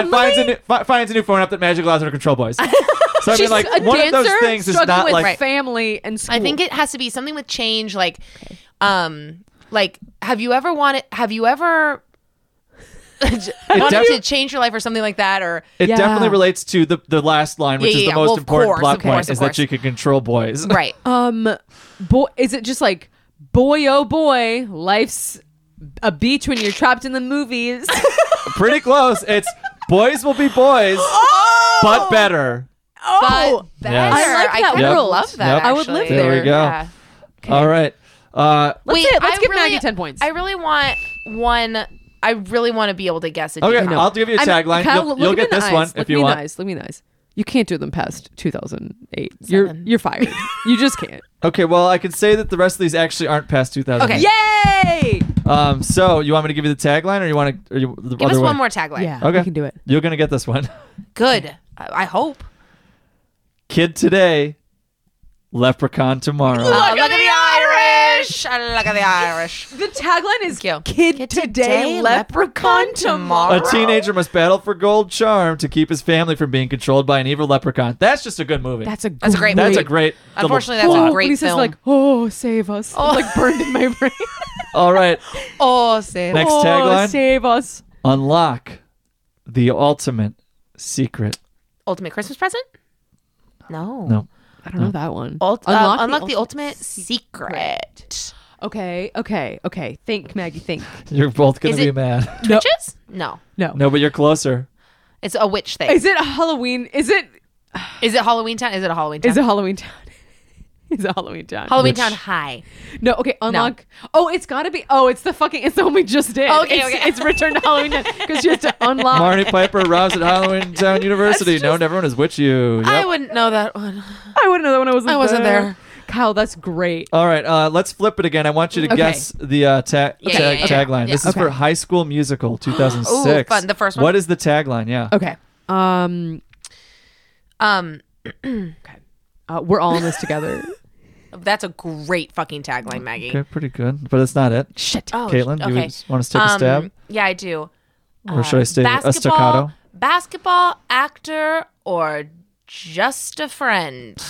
[SPEAKER 3] family?
[SPEAKER 1] finds a new fi- finds a new phone app that magically allows her to control boys. So I mean,
[SPEAKER 3] she's
[SPEAKER 1] like
[SPEAKER 3] a
[SPEAKER 1] one
[SPEAKER 3] dancer
[SPEAKER 1] of those things is
[SPEAKER 3] struggling
[SPEAKER 1] not
[SPEAKER 3] with
[SPEAKER 1] like
[SPEAKER 3] family and school.
[SPEAKER 2] I think it has to be something with change, like, um, like have you ever wanted? Have you ever wanted
[SPEAKER 1] defi-
[SPEAKER 2] to change your life or something like that? Or
[SPEAKER 1] It
[SPEAKER 3] Yeah.
[SPEAKER 1] definitely relates to the, the last line, which
[SPEAKER 2] Yeah,
[SPEAKER 1] is
[SPEAKER 2] yeah,
[SPEAKER 1] the
[SPEAKER 2] yeah.
[SPEAKER 1] most
[SPEAKER 2] Well, of
[SPEAKER 1] important
[SPEAKER 2] course,
[SPEAKER 1] plot
[SPEAKER 2] of course,
[SPEAKER 1] point,
[SPEAKER 2] of
[SPEAKER 1] is that
[SPEAKER 2] course.
[SPEAKER 1] she can control boys.
[SPEAKER 2] right?
[SPEAKER 3] um, boy, is it just like boy oh boy, life's a beach when you're trapped in the movies.
[SPEAKER 1] Pretty close. It's boys will be boys, but better.
[SPEAKER 2] Oh, but better.
[SPEAKER 1] Yes.
[SPEAKER 3] I like
[SPEAKER 2] I
[SPEAKER 3] that
[SPEAKER 2] kind of
[SPEAKER 1] rule.
[SPEAKER 2] love that.
[SPEAKER 1] Yep.
[SPEAKER 3] I would live
[SPEAKER 2] actually.
[SPEAKER 3] there.
[SPEAKER 1] There we go.
[SPEAKER 2] Yeah.
[SPEAKER 1] All right. Uh,
[SPEAKER 3] Let's
[SPEAKER 2] Wait,
[SPEAKER 3] it. Let's
[SPEAKER 2] I
[SPEAKER 3] give
[SPEAKER 2] really-
[SPEAKER 3] Maggie ten points.
[SPEAKER 2] I really want one. I really want to be able to guess it.
[SPEAKER 1] okay,
[SPEAKER 2] You know,
[SPEAKER 1] I'll give you a
[SPEAKER 3] I'm-
[SPEAKER 1] tagline.
[SPEAKER 3] Kyle,
[SPEAKER 1] you'll
[SPEAKER 3] look
[SPEAKER 1] you'll
[SPEAKER 3] me
[SPEAKER 1] get
[SPEAKER 3] in the
[SPEAKER 1] this
[SPEAKER 3] eyes.
[SPEAKER 1] one
[SPEAKER 3] Look
[SPEAKER 1] if
[SPEAKER 3] me
[SPEAKER 1] you
[SPEAKER 3] in the
[SPEAKER 1] want.
[SPEAKER 3] eyes. Look me in the eyes. You can't do them past 2008. you You're you're fired. you just can't.
[SPEAKER 1] Okay, well, I can say that the rest of these actually aren't past 2000.
[SPEAKER 2] Okay.
[SPEAKER 3] Yay!
[SPEAKER 1] Um, so, you want me to give you the tagline or you want to. Or you, the
[SPEAKER 2] give
[SPEAKER 1] other
[SPEAKER 2] us
[SPEAKER 1] way?
[SPEAKER 2] one more tagline.
[SPEAKER 3] Yeah,
[SPEAKER 1] Okay.
[SPEAKER 3] we can do it.
[SPEAKER 1] You're going to get this one.
[SPEAKER 2] Good. I, I hope.
[SPEAKER 1] Kid today, leprechaun tomorrow.
[SPEAKER 2] Oh, look, at the, Irish. Uh, Look at the Irish.
[SPEAKER 3] The tagline is
[SPEAKER 2] you.
[SPEAKER 3] "Kid, today, leprechaun, tomorrow."
[SPEAKER 1] A teenager must battle for gold charm to keep his family from being controlled by an evil leprechaun. That's just a good movie.
[SPEAKER 3] That's a great
[SPEAKER 2] That's a great
[SPEAKER 1] That's
[SPEAKER 2] movie.
[SPEAKER 1] a great. double
[SPEAKER 2] Unfortunately, that's a
[SPEAKER 1] plot.
[SPEAKER 3] Oh,
[SPEAKER 2] great
[SPEAKER 3] when he says
[SPEAKER 2] film.
[SPEAKER 3] like, "Oh, save us!" Oh. like burned in my brain.
[SPEAKER 1] All right.
[SPEAKER 2] Oh, say
[SPEAKER 1] Next
[SPEAKER 3] oh,
[SPEAKER 1] tagline:
[SPEAKER 3] save us.
[SPEAKER 1] Unlock the ultimate secret.
[SPEAKER 2] ultimate Christmas present? No.
[SPEAKER 1] No.
[SPEAKER 3] I don't know that one.
[SPEAKER 2] Ult- um, unlock,
[SPEAKER 3] uh, Unlock the
[SPEAKER 2] the, ultimate, secret.
[SPEAKER 3] Okay, okay, okay. Think, Maggie. Think.
[SPEAKER 1] You're both gonna
[SPEAKER 2] Is
[SPEAKER 1] be
[SPEAKER 2] it-
[SPEAKER 1] mad.
[SPEAKER 3] No.
[SPEAKER 2] Witches? No.
[SPEAKER 3] No.
[SPEAKER 1] No, but you're closer.
[SPEAKER 2] It's a witch thing. Is,
[SPEAKER 3] Is it a Halloween? Is it?
[SPEAKER 2] it Halloween Town? Is it a Halloween Town?
[SPEAKER 3] Is it Halloween Town? is it Halloween Town?
[SPEAKER 2] Halloween
[SPEAKER 1] Witch.
[SPEAKER 2] Town High.
[SPEAKER 3] No, okay, unlock. Oh, it's got to be. Oh, it's the fucking. It's the one we just did.
[SPEAKER 2] Okay,
[SPEAKER 3] it's,
[SPEAKER 2] okay.
[SPEAKER 3] It's Return to Halloween because you have to unlock.
[SPEAKER 1] Marnie Piper arrives at Halloween Town University. Known everyone as Witch You. Yep.
[SPEAKER 2] I wouldn't know that one.
[SPEAKER 3] I wouldn't know that when I wasn't.
[SPEAKER 2] I wasn't there.
[SPEAKER 3] Kyle, that's great.
[SPEAKER 1] All right, uh, let's flip it again. I want you to
[SPEAKER 3] Okay.
[SPEAKER 1] guess the uh, ta-
[SPEAKER 2] Yeah,
[SPEAKER 1] tag-
[SPEAKER 2] yeah, yeah.
[SPEAKER 1] tagline.
[SPEAKER 2] Yeah.
[SPEAKER 1] This is for
[SPEAKER 3] Okay.
[SPEAKER 1] High School Musical 2006.
[SPEAKER 2] Ooh, fun. The first one?
[SPEAKER 1] What is the tagline? Yeah.
[SPEAKER 3] Okay. Um,
[SPEAKER 2] Um,
[SPEAKER 3] uh, we're all in this together.
[SPEAKER 2] that's a great fucking tagline, Maggie.
[SPEAKER 1] Okay, pretty good. But it's not it.
[SPEAKER 3] Shit.
[SPEAKER 2] Oh,
[SPEAKER 1] Caitlin, you want us to take a
[SPEAKER 2] Um,
[SPEAKER 1] stab?
[SPEAKER 2] Yeah, I do.
[SPEAKER 1] Or should I say a
[SPEAKER 2] Uh, Basketball,
[SPEAKER 1] staccato?
[SPEAKER 2] basketball actor or just a friend?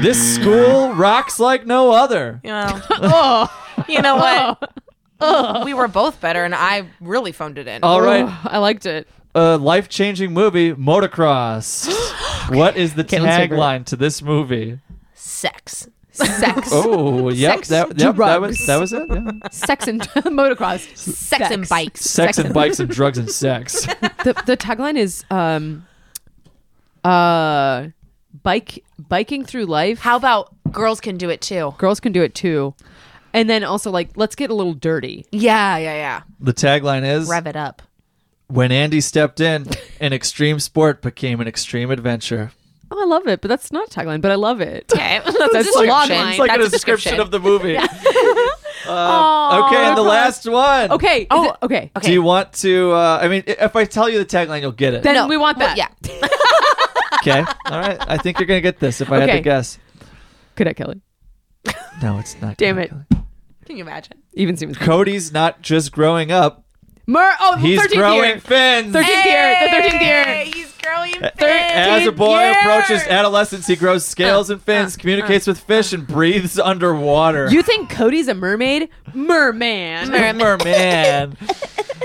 [SPEAKER 1] This school rocks like no other.
[SPEAKER 2] You know. You know what?
[SPEAKER 1] Oh.
[SPEAKER 2] We were both better, and I really phoned it in.
[SPEAKER 1] All right,
[SPEAKER 3] Oh, I liked it.
[SPEAKER 1] a life-changing movie, Motocross. What is the
[SPEAKER 3] let's hear it.
[SPEAKER 1] tagline to this movie?
[SPEAKER 2] Sex.
[SPEAKER 3] sex,
[SPEAKER 1] Oh, yep.
[SPEAKER 3] Sex,
[SPEAKER 1] That, yep that was
[SPEAKER 3] drugs.
[SPEAKER 1] that was it. Yeah.
[SPEAKER 3] sex and motocross,
[SPEAKER 2] Sex, and bikes.
[SPEAKER 1] Sex and bikes and drugs and sex.
[SPEAKER 3] the the tagline is um uh bike biking through life
[SPEAKER 2] How about girls can do it too?
[SPEAKER 3] girls can do it too and then also like let's get a little dirty
[SPEAKER 2] Yeah, yeah, yeah.
[SPEAKER 1] The tagline is
[SPEAKER 2] Rev it up.
[SPEAKER 1] When Andy stepped in, an extreme sport became an extreme adventure.
[SPEAKER 3] oh i love it but that's not a tagline but i love it
[SPEAKER 2] Okay, that's
[SPEAKER 3] like-
[SPEAKER 2] logline.
[SPEAKER 3] it's
[SPEAKER 1] It's like
[SPEAKER 2] That's
[SPEAKER 1] a description of the movie. Uh,
[SPEAKER 2] Oh,
[SPEAKER 1] okay, and the last one.
[SPEAKER 3] okay oh
[SPEAKER 2] Oh,
[SPEAKER 3] okay
[SPEAKER 1] Do you want to? Uh, I mean, i- if I tell you the tagline, you'll get it.
[SPEAKER 3] then we want that
[SPEAKER 2] Well, yeah.
[SPEAKER 1] okay. All right. I think you're gonna get this. If I had
[SPEAKER 3] Okay.
[SPEAKER 1] to guess.
[SPEAKER 3] cadet kelly
[SPEAKER 1] No, it's not.
[SPEAKER 3] Damn
[SPEAKER 1] gonna
[SPEAKER 3] it.
[SPEAKER 1] kill
[SPEAKER 2] Can you imagine?
[SPEAKER 3] even seems
[SPEAKER 1] you. Cody's not just growing up.
[SPEAKER 3] Mer- oh
[SPEAKER 1] He's
[SPEAKER 3] 13th
[SPEAKER 1] growing
[SPEAKER 3] year.
[SPEAKER 1] fins.
[SPEAKER 3] 13th year the 13th year
[SPEAKER 2] Hey, he's growing
[SPEAKER 1] Uh, As a
[SPEAKER 2] fins.
[SPEAKER 1] boy
[SPEAKER 2] Yeah.
[SPEAKER 1] approaches adolescence, he grows
[SPEAKER 3] Oh,
[SPEAKER 1] scales and fins, communicates with fish, and breathes underwater.
[SPEAKER 3] you think cody's a mermaid merman
[SPEAKER 1] Merman.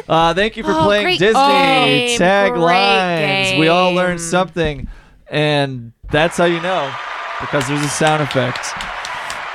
[SPEAKER 1] Uh, thank you for
[SPEAKER 2] Oh,
[SPEAKER 1] playing
[SPEAKER 2] great
[SPEAKER 1] Disney
[SPEAKER 2] game.
[SPEAKER 1] taglines.
[SPEAKER 2] Great
[SPEAKER 1] We all
[SPEAKER 2] game.
[SPEAKER 1] learned something, and that's how you know because there's a sound effect.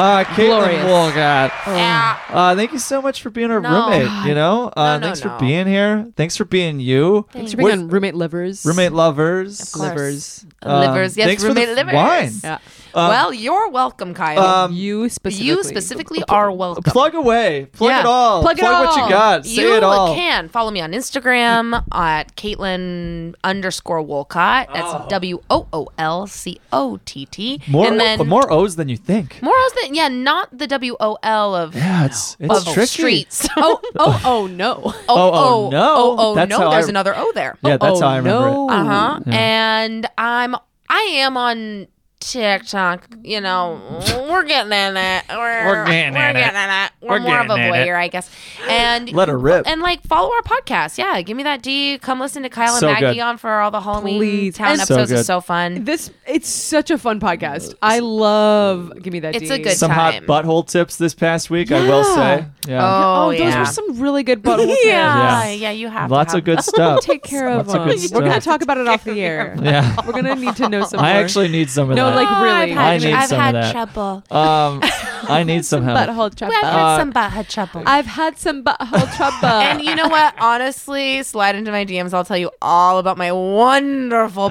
[SPEAKER 1] Uh, Caitlin
[SPEAKER 3] Glorious.
[SPEAKER 1] Wolgott,
[SPEAKER 2] Yeah.
[SPEAKER 1] uh, thank you so much for being our
[SPEAKER 2] Oh. No.
[SPEAKER 1] roommate. You know, uh,
[SPEAKER 2] no,
[SPEAKER 1] thanks for
[SPEAKER 2] no.
[SPEAKER 1] being here. Thanks for being you.
[SPEAKER 3] Thanks for being
[SPEAKER 1] What-
[SPEAKER 3] on roommate livers
[SPEAKER 1] roommate lovers.
[SPEAKER 2] Of course. Uh,
[SPEAKER 3] livers
[SPEAKER 1] Um,
[SPEAKER 2] livers. Yes,
[SPEAKER 1] thanks for
[SPEAKER 2] roommate
[SPEAKER 1] the
[SPEAKER 2] livers.
[SPEAKER 1] wine.
[SPEAKER 3] yeah
[SPEAKER 1] Um,
[SPEAKER 2] well, you're welcome, Kyle.
[SPEAKER 1] um,
[SPEAKER 3] you specifically
[SPEAKER 2] you specifically are welcome.
[SPEAKER 1] plug away. Plug
[SPEAKER 3] Yeah.
[SPEAKER 1] it all.
[SPEAKER 3] Plug it
[SPEAKER 1] what
[SPEAKER 3] all.
[SPEAKER 1] you got. Say
[SPEAKER 2] you
[SPEAKER 1] it all.
[SPEAKER 2] can follow me on Instagram at Caitlin underscore Wolcott. That's W O O L C O T T.
[SPEAKER 1] More,
[SPEAKER 2] and then
[SPEAKER 1] more O's than you think.
[SPEAKER 2] more else than yeah, not the W O L of
[SPEAKER 1] yeah, it's it's
[SPEAKER 2] of
[SPEAKER 1] tricky.
[SPEAKER 2] streets.
[SPEAKER 3] oh oh oh no
[SPEAKER 1] Oh, oh, no.
[SPEAKER 2] Oh, oh
[SPEAKER 1] That's how
[SPEAKER 2] no.
[SPEAKER 1] I-
[SPEAKER 2] There's another O there.
[SPEAKER 1] Yeah, that's
[SPEAKER 3] oh,
[SPEAKER 1] how I remember
[SPEAKER 3] no.
[SPEAKER 1] it.
[SPEAKER 2] Uh
[SPEAKER 3] Uh-huh.
[SPEAKER 2] huh. And I'm I am on TikTok. You know, we're getting in it. We're,
[SPEAKER 1] We're getting
[SPEAKER 2] we're
[SPEAKER 1] in it.
[SPEAKER 2] getting in it. We're,
[SPEAKER 1] We're
[SPEAKER 2] more of a
[SPEAKER 1] getting in it.
[SPEAKER 2] voyeur, I guess. And
[SPEAKER 1] Let her rip.
[SPEAKER 2] And like follow our podcast. Yeah, give me that D. Come listen to Kyle
[SPEAKER 1] So
[SPEAKER 2] and Maggie
[SPEAKER 1] good.
[SPEAKER 2] on for all the Halloween
[SPEAKER 3] Please.
[SPEAKER 2] town
[SPEAKER 3] And-
[SPEAKER 1] So
[SPEAKER 2] episodes.
[SPEAKER 1] good.
[SPEAKER 2] it's so fun.
[SPEAKER 3] This it's such a fun podcast. I love. Give me that.
[SPEAKER 2] It's
[SPEAKER 3] D.
[SPEAKER 2] a good-
[SPEAKER 1] Some
[SPEAKER 2] time.
[SPEAKER 1] hot butthole tips this past week, I will
[SPEAKER 3] Yeah.
[SPEAKER 1] say. Yeah.
[SPEAKER 3] Oh,
[SPEAKER 2] Oh,
[SPEAKER 3] those
[SPEAKER 2] yeah.
[SPEAKER 3] were some really good butthole.
[SPEAKER 2] yeah.
[SPEAKER 1] Yeah.
[SPEAKER 2] yeah, You have to
[SPEAKER 1] Lots of
[SPEAKER 2] have
[SPEAKER 1] good stuff.
[SPEAKER 3] Take care
[SPEAKER 1] Lots
[SPEAKER 3] of
[SPEAKER 1] of
[SPEAKER 3] them.
[SPEAKER 1] good
[SPEAKER 3] We're gonna
[SPEAKER 1] stuff.
[SPEAKER 3] talk about it off the air.
[SPEAKER 1] Yeah.
[SPEAKER 3] We're gonna need to know some.
[SPEAKER 1] I
[SPEAKER 3] more.
[SPEAKER 1] actually need some of
[SPEAKER 3] no,
[SPEAKER 1] that.
[SPEAKER 3] like really.
[SPEAKER 1] had- I need
[SPEAKER 2] Oh, I've
[SPEAKER 1] some of
[SPEAKER 2] had
[SPEAKER 1] that.
[SPEAKER 2] trouble.
[SPEAKER 1] um, I need some help.
[SPEAKER 3] butthole trouble.
[SPEAKER 2] I've
[SPEAKER 1] Uh,
[SPEAKER 2] had some butthead trouble.
[SPEAKER 3] I've had some butthole trouble.
[SPEAKER 2] And you know what? Honestly, slide into my DMs. I'll tell you all about my wonderful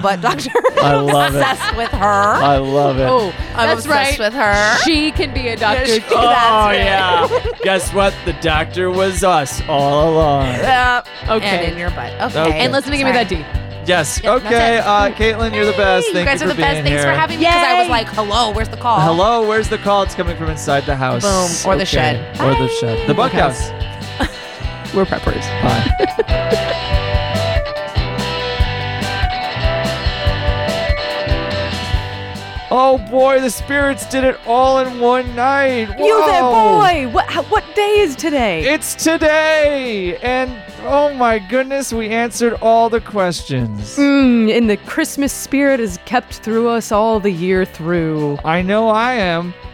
[SPEAKER 2] butt doctor.
[SPEAKER 1] I love it.
[SPEAKER 2] obsessed with her.
[SPEAKER 1] I love it.
[SPEAKER 3] oh,
[SPEAKER 2] I'm
[SPEAKER 3] that's
[SPEAKER 2] obsessed
[SPEAKER 3] right.
[SPEAKER 2] with her.
[SPEAKER 3] She can be a doctor.
[SPEAKER 2] she-
[SPEAKER 3] too.
[SPEAKER 1] Oh,
[SPEAKER 2] That's it.
[SPEAKER 1] yeah. Guess what? The doctor was us all along.
[SPEAKER 2] Yep.
[SPEAKER 3] Okay.
[SPEAKER 2] And in your butt. Okay.
[SPEAKER 1] Okay.
[SPEAKER 3] and listen to give me that D.
[SPEAKER 1] Yes.
[SPEAKER 2] Yeah, that's
[SPEAKER 1] okay.
[SPEAKER 2] it.
[SPEAKER 1] Uh, Caitlin, you're the best.
[SPEAKER 2] You
[SPEAKER 1] Thank you,
[SPEAKER 2] guys
[SPEAKER 1] for
[SPEAKER 2] are the
[SPEAKER 1] being
[SPEAKER 2] best. Thanks for
[SPEAKER 1] here.
[SPEAKER 2] having me because I was
[SPEAKER 3] Yay.
[SPEAKER 2] like, hello, where's the call?
[SPEAKER 1] Hello, where's the call? It's coming from inside the house.
[SPEAKER 2] Boom, or the shed.
[SPEAKER 1] Or the shed. The bunkhouse.
[SPEAKER 3] We're preppers.
[SPEAKER 1] Bye. oh boy, the spirits did it all in one night.
[SPEAKER 7] You there,
[SPEAKER 1] Whoa.
[SPEAKER 7] boy! What how, what day is today?
[SPEAKER 1] It's today! And oh my goodness, we answered all the questions.
[SPEAKER 7] Mm, and the Christmas spirit is kept through us all the year through.
[SPEAKER 1] I know I am.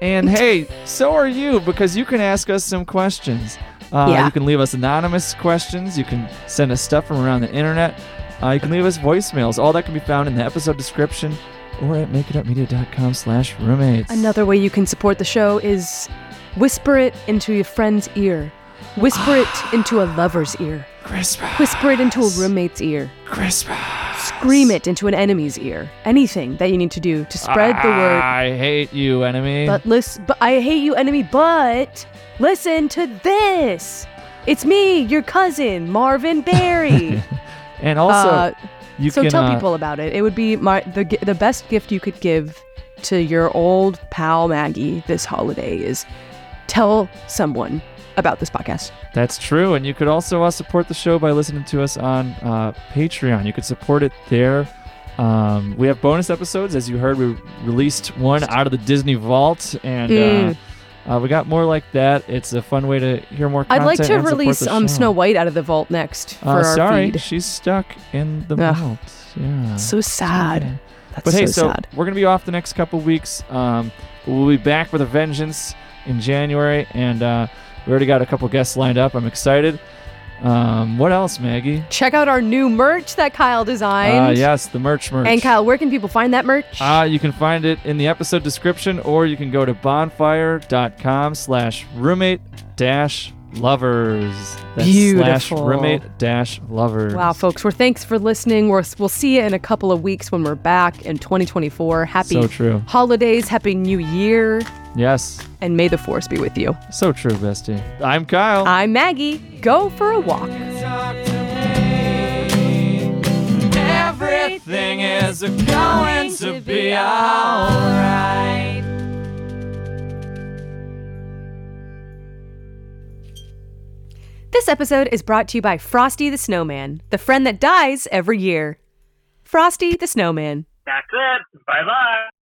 [SPEAKER 1] And hey, so are you because you can ask us some questions. Uh,
[SPEAKER 7] Yeah.
[SPEAKER 1] You can leave us anonymous questions. You can send us stuff from around the internet. Uh, you can leave us voicemails. All that can be found in the episode description or at makeitupmedia.com slash roommates.
[SPEAKER 7] Another way you can support the show is whisper it into your friend's ear. Whisper it into a lover's ear.
[SPEAKER 1] Christmas.
[SPEAKER 7] Whisper it into a roommate's ear.
[SPEAKER 1] Christmas.
[SPEAKER 7] Scream it into an enemy's ear. Anything that you need to do to spread the word
[SPEAKER 1] I hate you, enemy.
[SPEAKER 7] But listen, but I hate you, enemy. But listen to this. It's me, your cousin, Marvin Barry.
[SPEAKER 1] and also,
[SPEAKER 7] uh,
[SPEAKER 1] you
[SPEAKER 7] so
[SPEAKER 1] can...
[SPEAKER 7] tell
[SPEAKER 1] uh,
[SPEAKER 7] people about it. It would be my the gi- the best gift you could give to your old pal Maggie this holiday is tell someone about this podcast.
[SPEAKER 1] That's true. And you could also uh, support the show by listening to us on uh, Patreon. You could support it there. Um, we have bonus episodes. As you heard, we released one out of the Disney vault, and
[SPEAKER 7] Mm.
[SPEAKER 1] uh, uh, we got more like that. It's a fun way to hear more
[SPEAKER 7] I'd
[SPEAKER 1] content.
[SPEAKER 7] like to
[SPEAKER 1] and support
[SPEAKER 7] release
[SPEAKER 1] the
[SPEAKER 7] um
[SPEAKER 1] show.
[SPEAKER 7] Snow White out of the vault next for
[SPEAKER 1] Uh,
[SPEAKER 7] our
[SPEAKER 1] sorry,
[SPEAKER 7] feed.
[SPEAKER 1] she's stuck in the
[SPEAKER 7] Ugh.
[SPEAKER 1] vault. Yeah.
[SPEAKER 7] So sad.
[SPEAKER 1] Okay.
[SPEAKER 7] That's
[SPEAKER 1] But hey,
[SPEAKER 7] so,
[SPEAKER 1] so
[SPEAKER 7] sad.
[SPEAKER 1] we're gonna be off the next couple weeks. Um, we'll be back with a vengeance in January, and uh, we already got a couple guests lined up. I'm excited. Um, what else, Maggie?
[SPEAKER 3] Check out our new merch that Kyle designed.
[SPEAKER 1] Uh, yes, the merch merch.
[SPEAKER 3] And Kyle, where can people find that merch?
[SPEAKER 1] Uh, you can find it in the episode description, or you can go to bonfire.com slash roommate dash lovers. That's slash
[SPEAKER 3] Beautiful.
[SPEAKER 1] roommate dash lovers.
[SPEAKER 3] Wow, folks. Well, thanks for listening. We're, we'll see you in a couple of weeks when we're back in 2024. Happy
[SPEAKER 1] So true.
[SPEAKER 3] holidays, Happy New Year,
[SPEAKER 1] Yes,
[SPEAKER 3] and may the force be with you.
[SPEAKER 1] so true, bestie. I'm Kyle.
[SPEAKER 3] I'm Maggie. Go for a walk.
[SPEAKER 1] Everything is going to be alright.
[SPEAKER 3] This episode is brought to you by Frosty the Snowman, the friend that dies every year. Frosty the Snowman.
[SPEAKER 8] That's it. Bye bye.